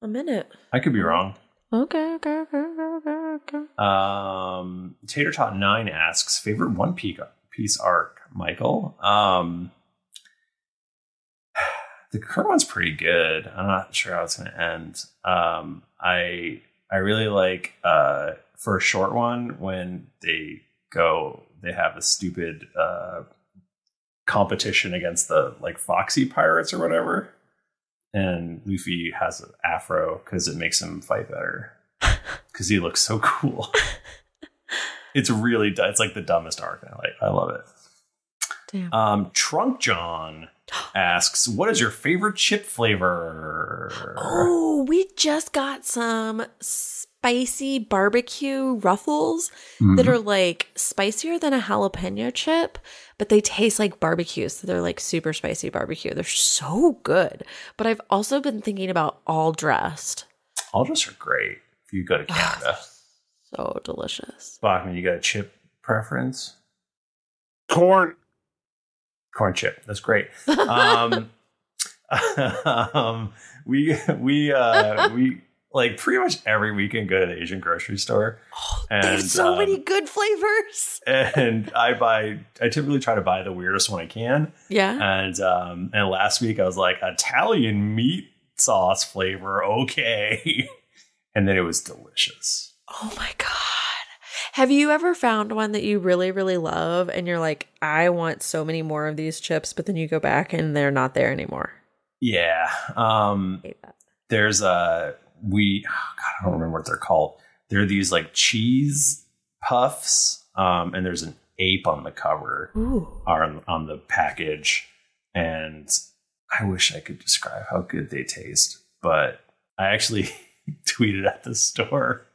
C: A minute.
A: I could be wrong.
C: Okay, okay, okay, okay, okay.
A: Um, Tater Tot Nine asks favorite One Piece piece arc, Michael. Um, the current one's pretty good. I'm not sure how it's going to end. Um, I I really like uh, for a short one when they go they have a stupid uh, competition against the like Foxy Pirates or whatever, and Luffy has an afro because it makes him fight better because he looks so cool. it's really du- it's like the dumbest arc. and I like I love it.
C: Damn.
A: Um, Trunk John asks, "What is your favorite chip flavor?"
C: Oh, we just got some spicy barbecue ruffles that
A: Mhm.
C: are like spicier than a jalapeno chip, but they taste like barbecue. So they're like super spicy barbecue. They're so good. But I've also been thinking about all dressed.
A: All just are great if you go to Canada.
C: so delicious.
A: Bachman, you got a chip preference?
B: Corn.
A: Corn chip. That's great. Um, um, we we uh, we like pretty much every weekend go to the Asian grocery store. and,
C: they have so
A: um,
C: many good flavors.
A: and I buy. I typically try to buy the weirdest one I can.
C: Yeah.
A: And um, and last week I was like Italian meat sauce flavor, okay. and then it was delicious.
C: Oh my God. Have you ever found one that you really, really love and you're like, I want so many more of these chips, but then you go back and they're not there anymore?
A: Yeah. Um, there's a we. oh, God, I don't remember what they're called. They're these like cheese puffs, um, and there's an ape on the cover
C: Ooh.
A: or on, on the package. And I wish I could describe how good they taste, but I actually tweeted at the store.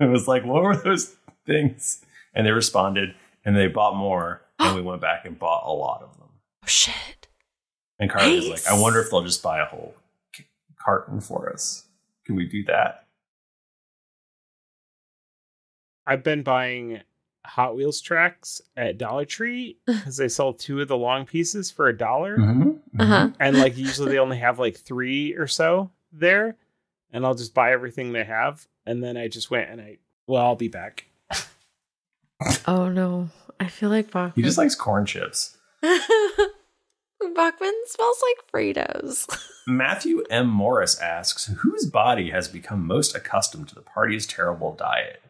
A: It was like, "What were those things?" And they responded, and they bought more, and we went back and bought a lot of them.
C: Oh shit!
A: And Carly was
C: Nice.
A: like, "I wonder if they'll just buy a whole c- carton for us. Can we do that?"
B: I've been buying Hot Wheels tracks at Dollar Tree because they sell two of the long pieces for a dollar.
A: Mm-hmm,
C: Uh-huh.
B: And like usually they only have like three or so there. And I'll just buy everything they have. And then I just went and I, well, I'll be back.
C: Oh no. I feel like Bachman.
A: He just likes corn chips.
C: Bachman smells like Fritos.
A: Matthew M. Morris asks, "Whose body has become most accustomed to the party's terrible diet?"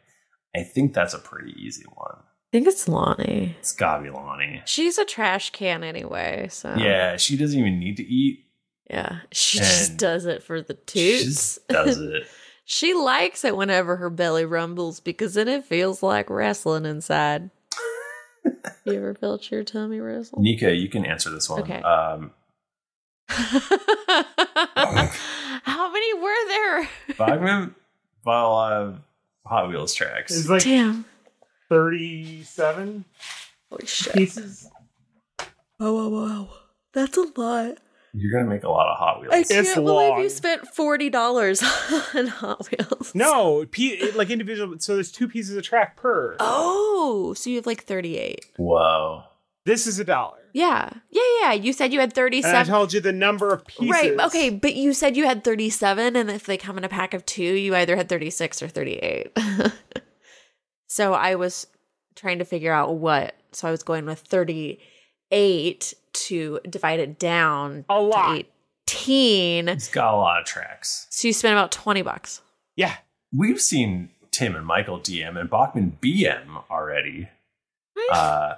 A: I think that's a pretty easy one.
C: I think it's Lonnie.
A: It's gotta be Lonnie.
C: She's a trash can anyway, so.
A: Yeah, she doesn't even need to eat.
C: Yeah, she
A: And
C: just does it for the toots.
A: does it.
C: she likes it whenever her belly rumbles because then it feels like wrestling inside. you ever felt your tummy wrestle?
A: Nika, you can answer this one.
C: Okay.
A: Um,
C: How many were there?
A: Bogman, well, uh, Hot Wheels tracks.
B: It's like
C: Damn.
B: 37
C: Holy shit.
B: pieces.
C: Oh, wow, wow. That's a lot.
A: You're gonna make a lot of Hot Wheels.
C: I can't believe you spent forty dollars on Hot Wheels.
B: No, pe- like individual. So there's two pieces of track per.
C: Oh, so you have like thirty-eight.
A: Whoa.
B: This is a dollar.
C: Yeah, yeah, yeah. You said you had
B: And I
C: thirty-seven.
B: told you the number of pieces.
C: Right. Okay, but you said you had 37 and if they come in a pack of 2, you either had 36 or 38. so I was trying to figure out what. So I was going with 38 to divide it down a lot. 18.
A: It's got a lot of tracks.
C: So you spent about 20 bucks.
B: Yeah.
A: We've seen Tim and Michael DM and Bachman BM already. Uh,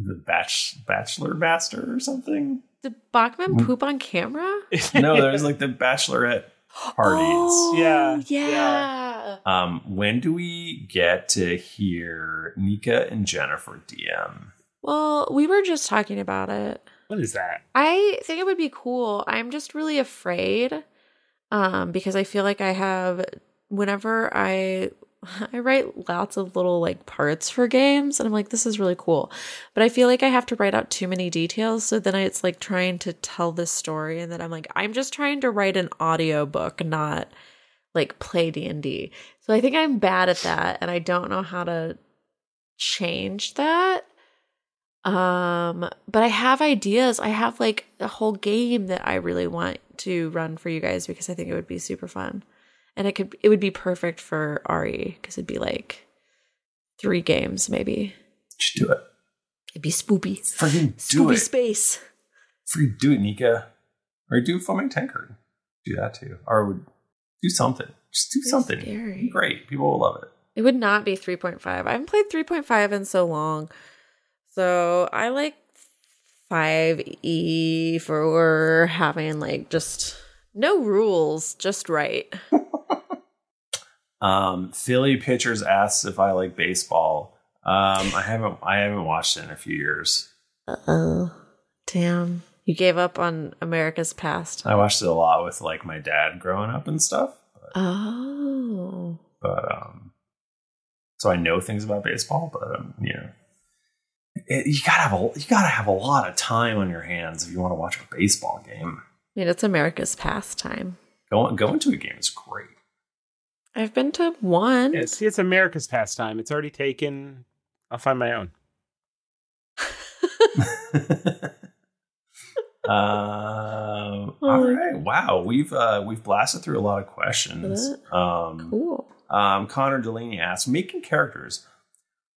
A: the batch, Bachelor Master or something?
C: Did Bachman poop on camera?
A: no, there's like the Bachelorette parties.
C: Oh. yeah. Yeah.
A: Um, when do we get to hear Nika and Jennifer DM?
C: Well, we were just talking about it.
B: What is that?
C: I think it would be cool. I'm just really afraid um because I feel like I have whenever I I write lots of little like parts for games and I'm like this is really cool. But I feel like I have to write out too many details so then it's like trying to tell this story and then I'm like I'm just trying to write an audiobook not like play D&D. So I think I'm bad at that and I don't know how to change that. Um, but I have ideas. I have like a whole game that I really want to run for you guys because I think it would be super fun. And it could it would be perfect for RE because it'd be like three games maybe.
A: Just do it.
C: It'd be spoopy.
A: Freaking do
C: spoopy
A: it.
C: space.
A: Freaking do it, Nika. Or do Flaming Tankard. Do that too. Or would do something. Just do something.
C: scary.
A: Great. People will love it.
C: It would not be 3.5. I haven't played 3.5 in so long. So I like 5e for having like just no rules, just right.
A: Um, Philly Pitchers asks if I like baseball. Um, I haven't I haven't watched it in a few years.
C: Uh-oh. Damn. You gave up on America's past.
A: I watched it a lot with like my dad growing up and stuff.
C: Oh.
A: But um so I know things about baseball, but um, you know. It, you gotta have a you gotta have a lot of time on your hands if you want to watch a baseball game.
C: I mean, it's America's pastime.
A: Going going to a game is great.
C: I've been to one.
B: Yeah, see, it's America's pastime. It's already taken. I'll find my own.
A: Um, all right. Wow. We've uh, we've blasted through a lot of questions. Um,
C: cool.
A: Um, Connor Delaney asks, making characters.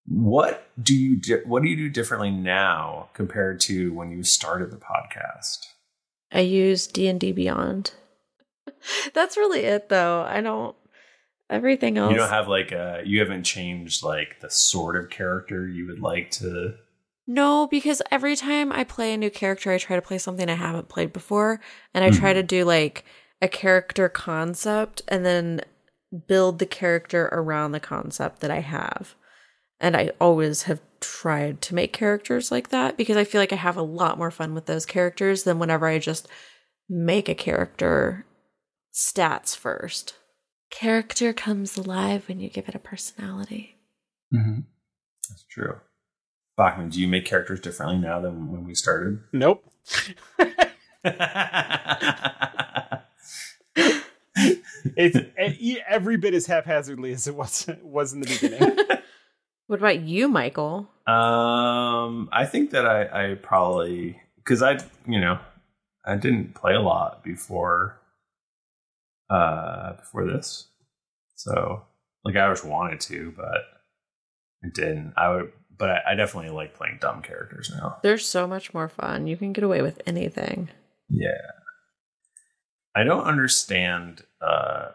A: What do you di- what do you do differently now compared to when you started the podcast?
C: I use D&D Beyond. That's really it though. I don't everything else.
A: You don't have like a you haven't changed like the sort of character you would like to.
C: No, because every time I play a new character, I try to play something I haven't played before. And I try
A: Mhm.
C: to do like a character concept and then build the character around the concept that I have. And I always have tried to make characters like that because I feel like I have a lot more fun with those characters than whenever I just make a character stats first. Character comes alive when you give it a personality.
A: That's true. Bachman, do you make characters differently now than when we started?
B: Nope. it's e- every bit as haphazardly as it was was in the beginning.
C: What about you, Michael?
A: Um, I think that I, I probably because I you know I didn't play a lot before uh before this, so like I always wanted to, but I didn't. I would, but I, I definitely like playing dumb characters now.
C: They're so much more fun. You can get away with anything.
A: Yeah. I don't understand uh,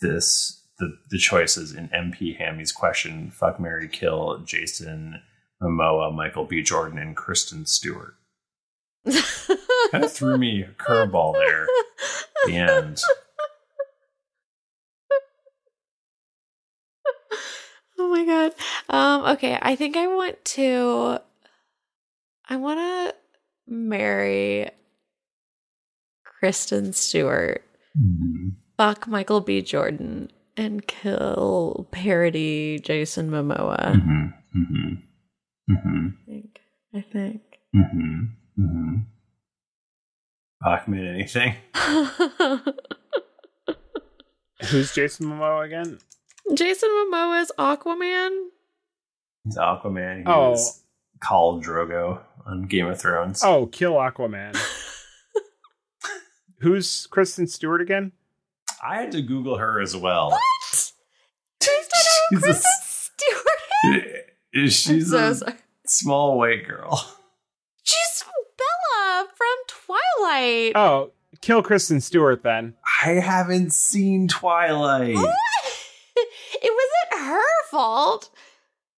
A: this the the choices in MP Hammy's question: fuck, Mary, kill Jason Momoa, Michael B. Jordan, and Kristen Stewart. kind of threw me a curveball there. at The end.
C: Oh my god. Um okay, I think I want to I want to marry Kristen Stewart. Fuck Michael B Jordan and kill parody Jason
A: Hmm.
C: Momoa.
A: Mm-hmm.
C: I think.
A: Mm-hmm. Mm-hmm. Bachman, anything?
B: Who's Jason Momoa again?
C: Jason Momoa's Aquaman.
A: He's Aquaman. He
B: Oh.
A: was Khal Drogo on Game of Thrones.
B: Oh, kill Aquaman. Who's Kristen Stewart again?
A: I had to Google her as well.
C: What? She's not
A: Jesus.
C: Kristen Stewart.
A: She's
C: I'm so
A: a
C: sorry.
A: small white girl.
C: She's Bella from Twilight.
B: Oh, kill Kristen Stewart then.
A: I haven't seen Twilight.
C: It wasn't her fault.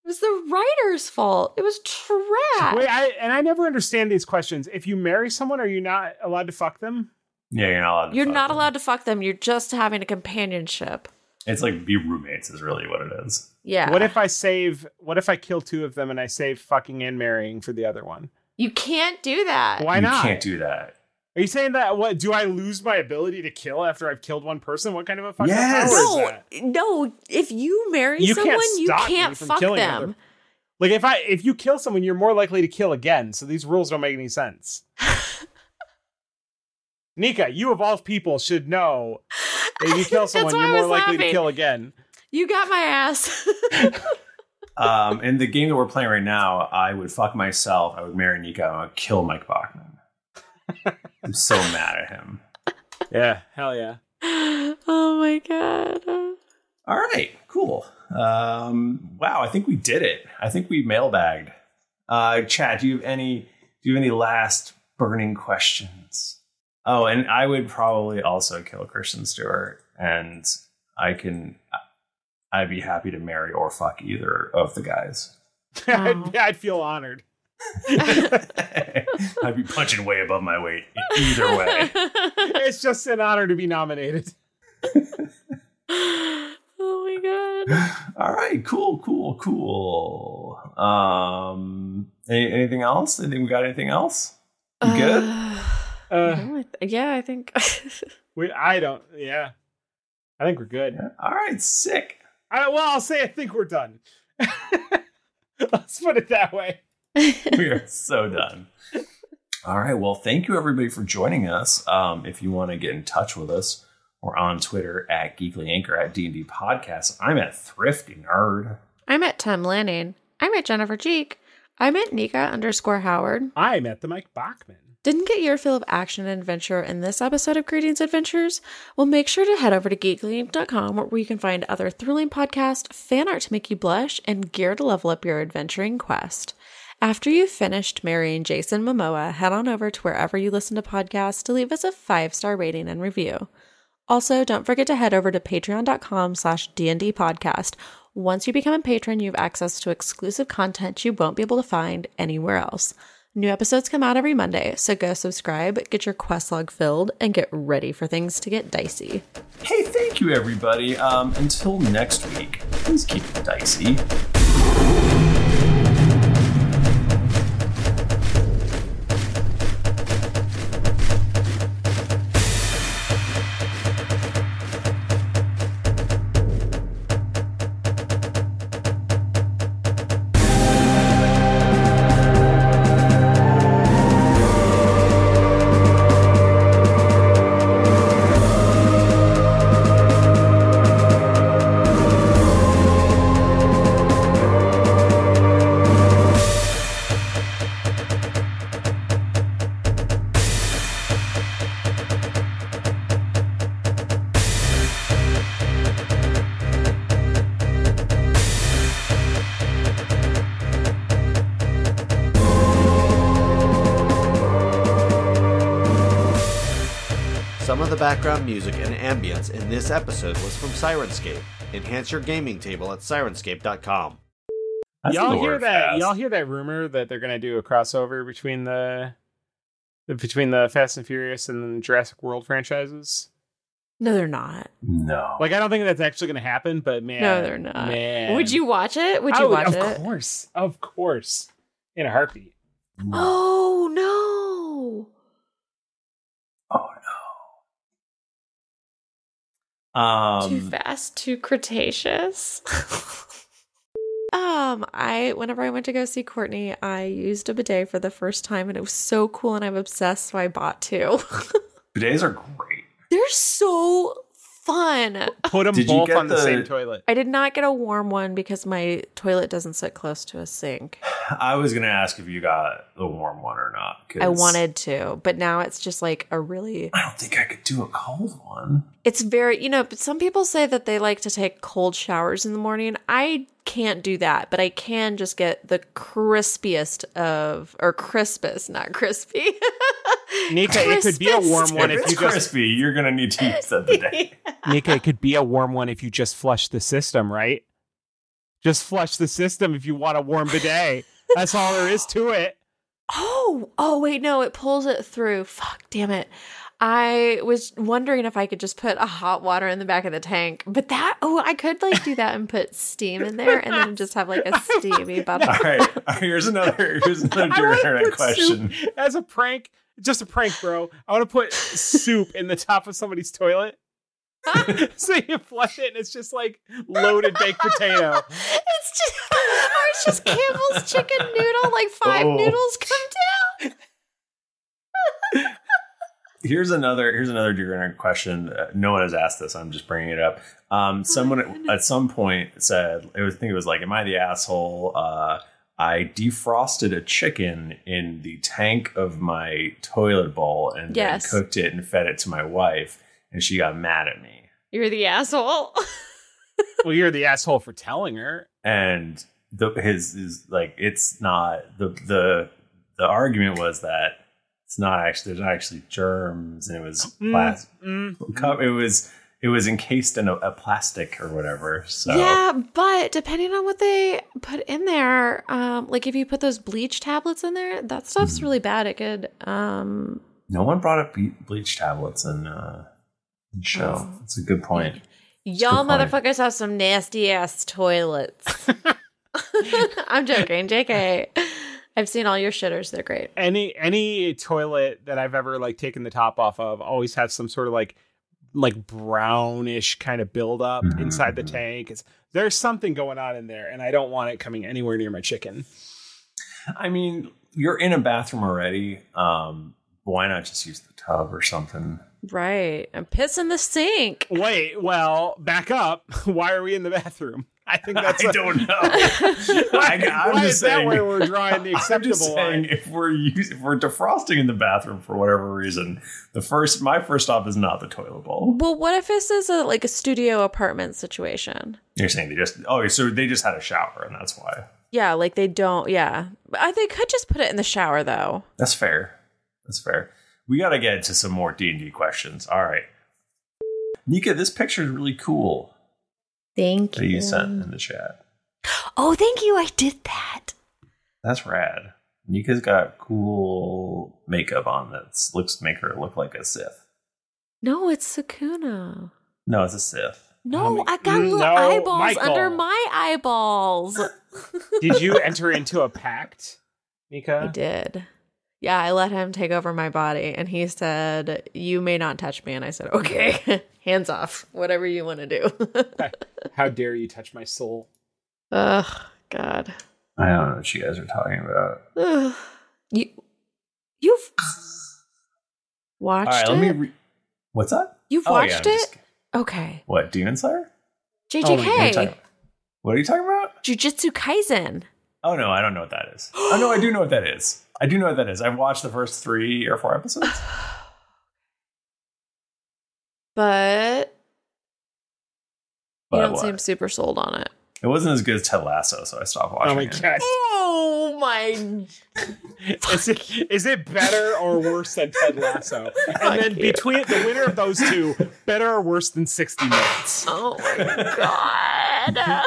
C: It was the writer's fault. It was trash.
B: Wait, I and I never understand these questions. If you marry someone, are you not allowed to fuck them?
A: Yeah, you're not allowed. To
C: You're
A: fuck
C: not
A: them.
C: allowed to fuck them. You're just having a companionship.
A: It's like be roommates is really what it is.
C: Yeah.
B: What if I save? What if I kill two of them and I save fucking and marrying for the other one?
C: You can't do that.
B: Why not?
A: You can't do that.
B: Are you saying that? What do I lose my ability to kill after I've killed one person? What kind of a fucking
A: Yes.
B: power is
C: No,
B: that?
C: no. If you marry
B: You
C: someone,
B: can't
C: you
B: stop me
C: can't
B: from
C: fuck
B: killing
C: them.
B: another- Like if I if you kill someone, you're more likely to kill again. So these rules don't make any sense. Nika, you of all people should know that if you kill
C: That's
B: someone,
C: why
B: you're
C: I
B: more
C: was
B: likely to
C: laughing.
B: kill again.
C: You got my ass.
A: Um, in the game that we're playing right now, I would fuck myself. I would marry Nico. I would kill Mike Bachman. I'm so mad at him.
B: Yeah, hell yeah.
C: oh my god.
A: All right, cool. Um, wow, I think we did it. I think we mailbagged. Uh, Chad, do you have any? Do you have any last burning questions? Oh, and I would probably also kill Christian Stewart, and I can. I'd be happy to marry or fuck either of the guys.
B: I'd, I'd feel honored.
A: I'd be punching way above my weight either way.
B: it's just an honor to be nominated.
C: Oh my god.
A: All right, cool, cool, cool. Um, any, anything else? Anything we got? Anything else? You good?
B: Uh,
C: No, I th- yeah, I think.
B: we, I don't. Yeah, I think we're good.
A: All right, sick.
B: I, well, I'll say I think we're done. Let's put it that way.
A: we are so done. All right. Well, thank you everybody for joining us. Um, if you want to get in touch with us, we're on Twitter at Geekly Anchor at D and D Podcast. I'm at Thrifty Nerd.
C: I'm at Tim Lanning. I'm at Jennifer Cheek. I'm at Nika underscore Howard.
B: I'm at the Mike Bachman.
C: Didn't get your fill of action and adventure in this episode of Greetings Adventures? Well, make sure to head over to geekly.com where you can find other thrilling podcasts, fan art to make you blush, and gear to level up your adventuring quest. After you've finished marrying Jason Momoa, head on over to wherever you listen to podcasts to leave us a five star rating and review. Also, don't forget to head over to patreon.com slash D&D podcast. Once you become a patron, you have access to exclusive content you won't be able to find anywhere else. New episodes come out every Monday, so go subscribe, get your quest log filled, and get ready for things to get dicey.
A: Hey, thank you everybody. Um, until next week, please keep it dicey.
M: Some of the background music and ambience in this episode was from Sirenscape. Enhance your gaming table at sirenscape.com.
B: y'all hear that? Y'all hear that rumor that they're gonna do a crossover between the between the Fast and Furious and Jurassic World franchises?
C: No, they're not.
A: No.
B: Like I don't think that's actually going to happen. But man,
C: No, they're not.
B: Man.
C: Would you watch it? Would you
B: I
C: watch
B: of
C: it?
B: course, of course, in a heartbeat.
C: Oh no.
B: Uh,
A: Um,
C: too fast, too Cretaceous. um, I whenever I went to go see Courtney, I used a bidet for the first time and it was so cool and I'm obsessed, so I bought two.
A: Bidets are great.
C: They're so fun.
B: Put them
A: Did you
B: both
A: get
B: on the,
A: the-
B: same toilet.
C: I did not get a warm one because my toilet doesn't sit close to a sink.
A: I was gonna ask if you got the warm one or not. 'cause
C: I wanted to, but now it's just like a really
A: I don't think I could do a cold one.
C: It's very, you know, but some people say that they like to take cold showers in the morning. I can't do that, but I can just get the crispiest of, or crispest, not crispy.
B: Nika, it could be a warm one
A: If
B: if
A: it's
B: you just
A: crispy, you're gonna need to use that today.
B: Nika, it could be a warm one if you just flush the system, right? Just flush the system if you want a warm bidet. That's all there is to it.
C: oh, oh, wait, no, it pulls it through. Fuck, damn it. I was wondering if I could just put a hot water in the back of the tank, but that, oh, I could like do that and put steam in there and then just have like a steamy bubble.
A: All right. All right, Here's another. Here's another
B: I wanna
A: internet
B: put
A: question.
B: soup as a prank, just a prank, bro. I want to put soup in the top of somebody's toilet. so you flush it and it's just like loaded baked potato.
C: It's just, or it's just Campbell's chicken noodle, like five
A: Oh.
C: noodles come down.
A: Here's another. Here's another dear internet question. Uh, no one has asked this. I'm just bringing it up. Um, someone at, at some point said, "It was. I think it was like, am I the asshole? Uh, I defrosted a chicken in the tank of my toilet bowl and
C: Yes.
A: then cooked it and fed it to my wife, and she got mad at me."
C: You're the asshole.
B: Well, you're the asshole for telling her.
A: and the, his is like it's not the the the argument was that it's not actually there's not actually germs and it was plastic it was it was encased in a, a plastic or whatever so
C: Yeah, but depending on what they put in there, um, like if you put those bleach tablets in there, that
B: Mm.
C: stuff's really bad. It could, um,
A: no one brought up ble- bleach tablets and uh in show that's a good point
C: y'all
A: Good point.
C: motherfuckers have some nasty ass toilets. I'm joking, JK. I've seen all your shitters; they're great.
B: any any toilet that I've ever like taken the top off of always has some sort of like like brownish kind of buildup inside the tank. It's, there's something going on in there, and I don't want it coming anywhere near my chicken.
A: i mean you're in a bathroom already um why not just use the tub or something
C: Right, I'm pissing the sink.
B: Wait, well, back up. Why are we in the bathroom? I think that's
A: I
B: a-
A: don't know. I, am
B: Why
A: just
B: is that
A: saying,
B: where we're drawing the
A: I'm just
B: acceptable
A: saying, if we're us- if we're defrosting in the bathroom for whatever reason, the first my first stop is not the toilet bowl.
C: Well, what if this is a like a studio apartment situation?
A: You're saying they just oh, so they just had a shower and that's why.
C: Yeah, like they don't. Yeah, but I, they could just put it in the shower though.
A: That's fair. That's fair. We got to get into some more D and D questions. All right, Nika, this picture is really cool
C: Thank
A: that you sent in the chat.
C: Oh, thank you. I did that.
A: That's rad. Nika's got cool makeup on that looks make her look like a Sith.
C: No, it's Sukuna.
A: No, it's a Sith.
C: No, I got little
B: Um,
A: Oh,
B: no,
C: eyeballs
B: Michael.
C: under my eyeballs.
B: Did you enter into a pact, Nika?
C: I did. Yeah, I let him take over my body, and he said, "You may not touch me." And I said, "Okay, hands off. Whatever you want to do."
B: How dare you touch my soul?
C: Ugh, God.
A: I don't know what you guys are talking about.
C: Ugh. You, you've watched
A: All right,
C: it.
A: let me. Re- What's that?
C: You've
A: Oh, yeah,
C: watched
A: I'm
C: it.
A: just-
C: Okay.
A: what Demon Slayer?
C: JJK.
A: What are you talking- What are you talking about?
C: Jujutsu Kaisen.
A: Oh no, I don't know what that is. oh no, I do know what that is. I do know what that is. I've watched the first three or four episodes.
C: But, you
A: But
C: don't
A: what?
C: seem super sold on it.
A: It wasn't as good as Ted Lasso, so I stopped watching.
B: Oh my
A: it.
B: god.
C: Oh my
B: Is it, is it better or worse than Ted Lasso? And then between the winner of those two, better or worse than 60 Minutes?
C: Oh my god.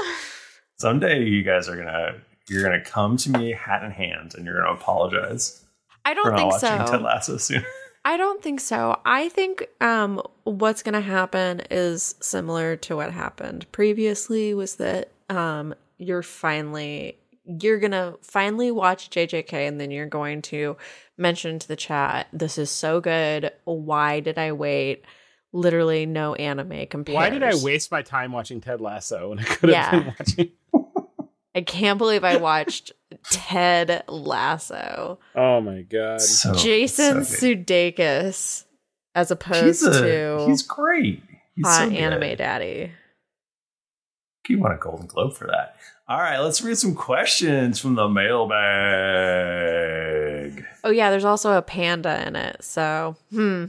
A: Someday you guys are gonna you're gonna come to me hat in hand and you're gonna apologize.
C: I don't
A: for not
C: think
A: watching
C: so.
A: Ted Lasso soon.
C: I don't think so. I think um, what's going to happen is similar to what happened previously. Was that um, you're finally you're going to finally watch JJK, and then you're going to mention to the chat, "This is so good. Why did I wait?" Literally, no anime compares.
B: Why did I waste my time watching Ted Lasso when I could have
C: Yeah.
B: been watching?
C: I can't believe I watched Ted Lasso.
B: Oh my god,
C: Jason Sudeikis, as opposed
A: He's a-
C: to
A: he's great. He's so
C: hot
A: good.
C: anime daddy.
A: You won a Golden Globe for that. All right, let's read some questions from the mailbag.
C: Oh yeah, there's also a panda in it. So hmm,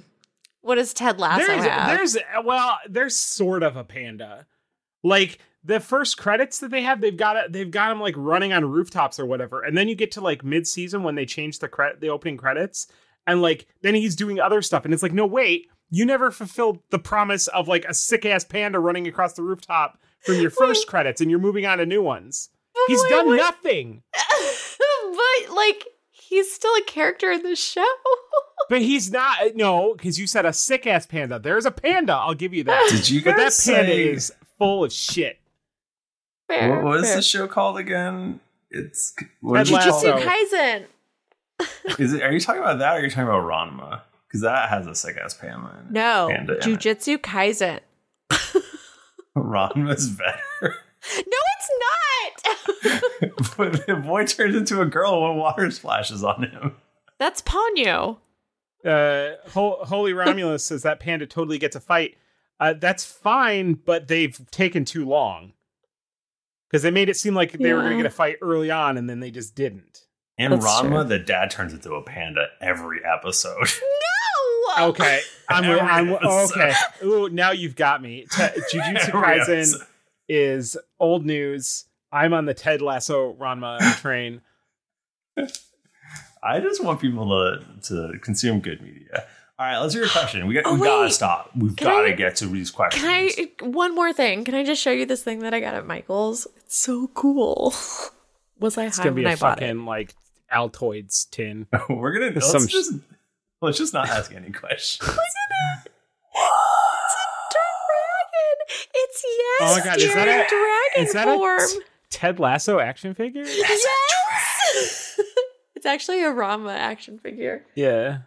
C: what does Ted Lasso
B: there's,
C: have?
B: there's well, there's sort of a panda. Like the first credits that they have, they've got it. They've got him like running on rooftops or whatever, and then you get to like mid-season when they change the credit, the opening credits, and like then he's doing other stuff, and it's like, no, wait, you never fulfilled the promise of like a sick ass panda running across the rooftop from your first credits, and you're moving on to new ones. He's
C: wait,
B: done
C: wait.
B: nothing,
C: but like, he's still a character in the show.
B: but he's not no, because you said a sick ass panda. There's a panda. I'll give you that.
A: Did you
B: But that
A: guys
B: panda
A: say-
B: is full of shit.
A: what was the show called again? It's what did you
C: Jujutsu
A: call it?
C: Kaisen.
A: Is it? Are you talking about that? or Are you talking about Ranma? Because that has a sick ass panda. in it.
C: No,
A: panda in it.
C: Jujutsu Kaisen.
A: Ranma's better.
C: No, it's not.
A: but the boy turns into a girl when water splashes on him.
C: That's Ponyo.
B: uh, Ho- Holy Romulus says that panda totally gets a fight. Uh, that's fine, but they've taken too long because they made it seem like they were going to
A: Yeah.
B: get a fight early on, and then they just didn't.
A: And
B: That's
A: Ranma,
B: true.
A: the dad turns into a panda every episode.
B: Okay, I'm,
A: Every
B: I'm
A: episode.
B: okay. Ooh, now you've got me. Te- Jujutsu
A: Every
B: Kaisen
A: episode.
B: is old news. I'm on the Ted Lasso Ranma train.
A: I just want people to to consume good media. All right, let's hear your question. We got
C: Oh,
A: we gotta
C: wait.
A: stop. We've
C: Can
A: gotta
C: I-
A: get to these questions.
C: Can I one more thing? Can I just show you this thing that I got at Michael's? It's so cool. Was I
B: It's
C: high
B: gonna be
C: when I
B: a
C: bought it?
B: fucking like Altoids tin.
A: We're gonna
B: With
A: let's
B: some
A: just let's just not ask any questions.
C: Dragon. It's yes.
B: Oh my god, is that
C: you're
B: a
C: in dragon
B: is that a
C: form?
B: t- Ted Lasso action figure?
C: yes. it's actually a Rama action figure.
B: Yeah.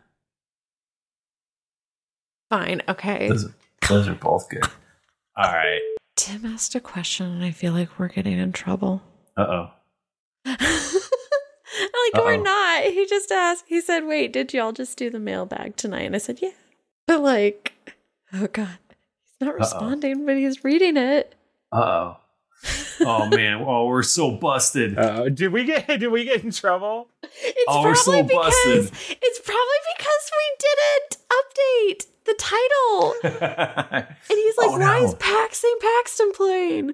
C: Fine. Okay.
A: Those, those are both good. All right.
C: Tim asked a question, and I feel like we're getting in trouble.
A: Uh oh.
C: Like or
A: Uh-oh.
C: not. He just asked. He said, "Wait, did y'all just do the mailbag tonight?" And I said, "Yeah." But like, oh god, he's not
A: Uh-oh.
C: responding, but he's reading it.
A: Uh oh. Oh man. Oh, we're so busted.
B: Uh, did we get did we get in trouble?
C: It's
A: Oh,
C: probably
A: we're so
C: because
A: busted.
C: it's probably because we didn't update the title. and he's like,
A: Oh,
C: "Why
A: no.
C: is Pax St. Paxton playing?"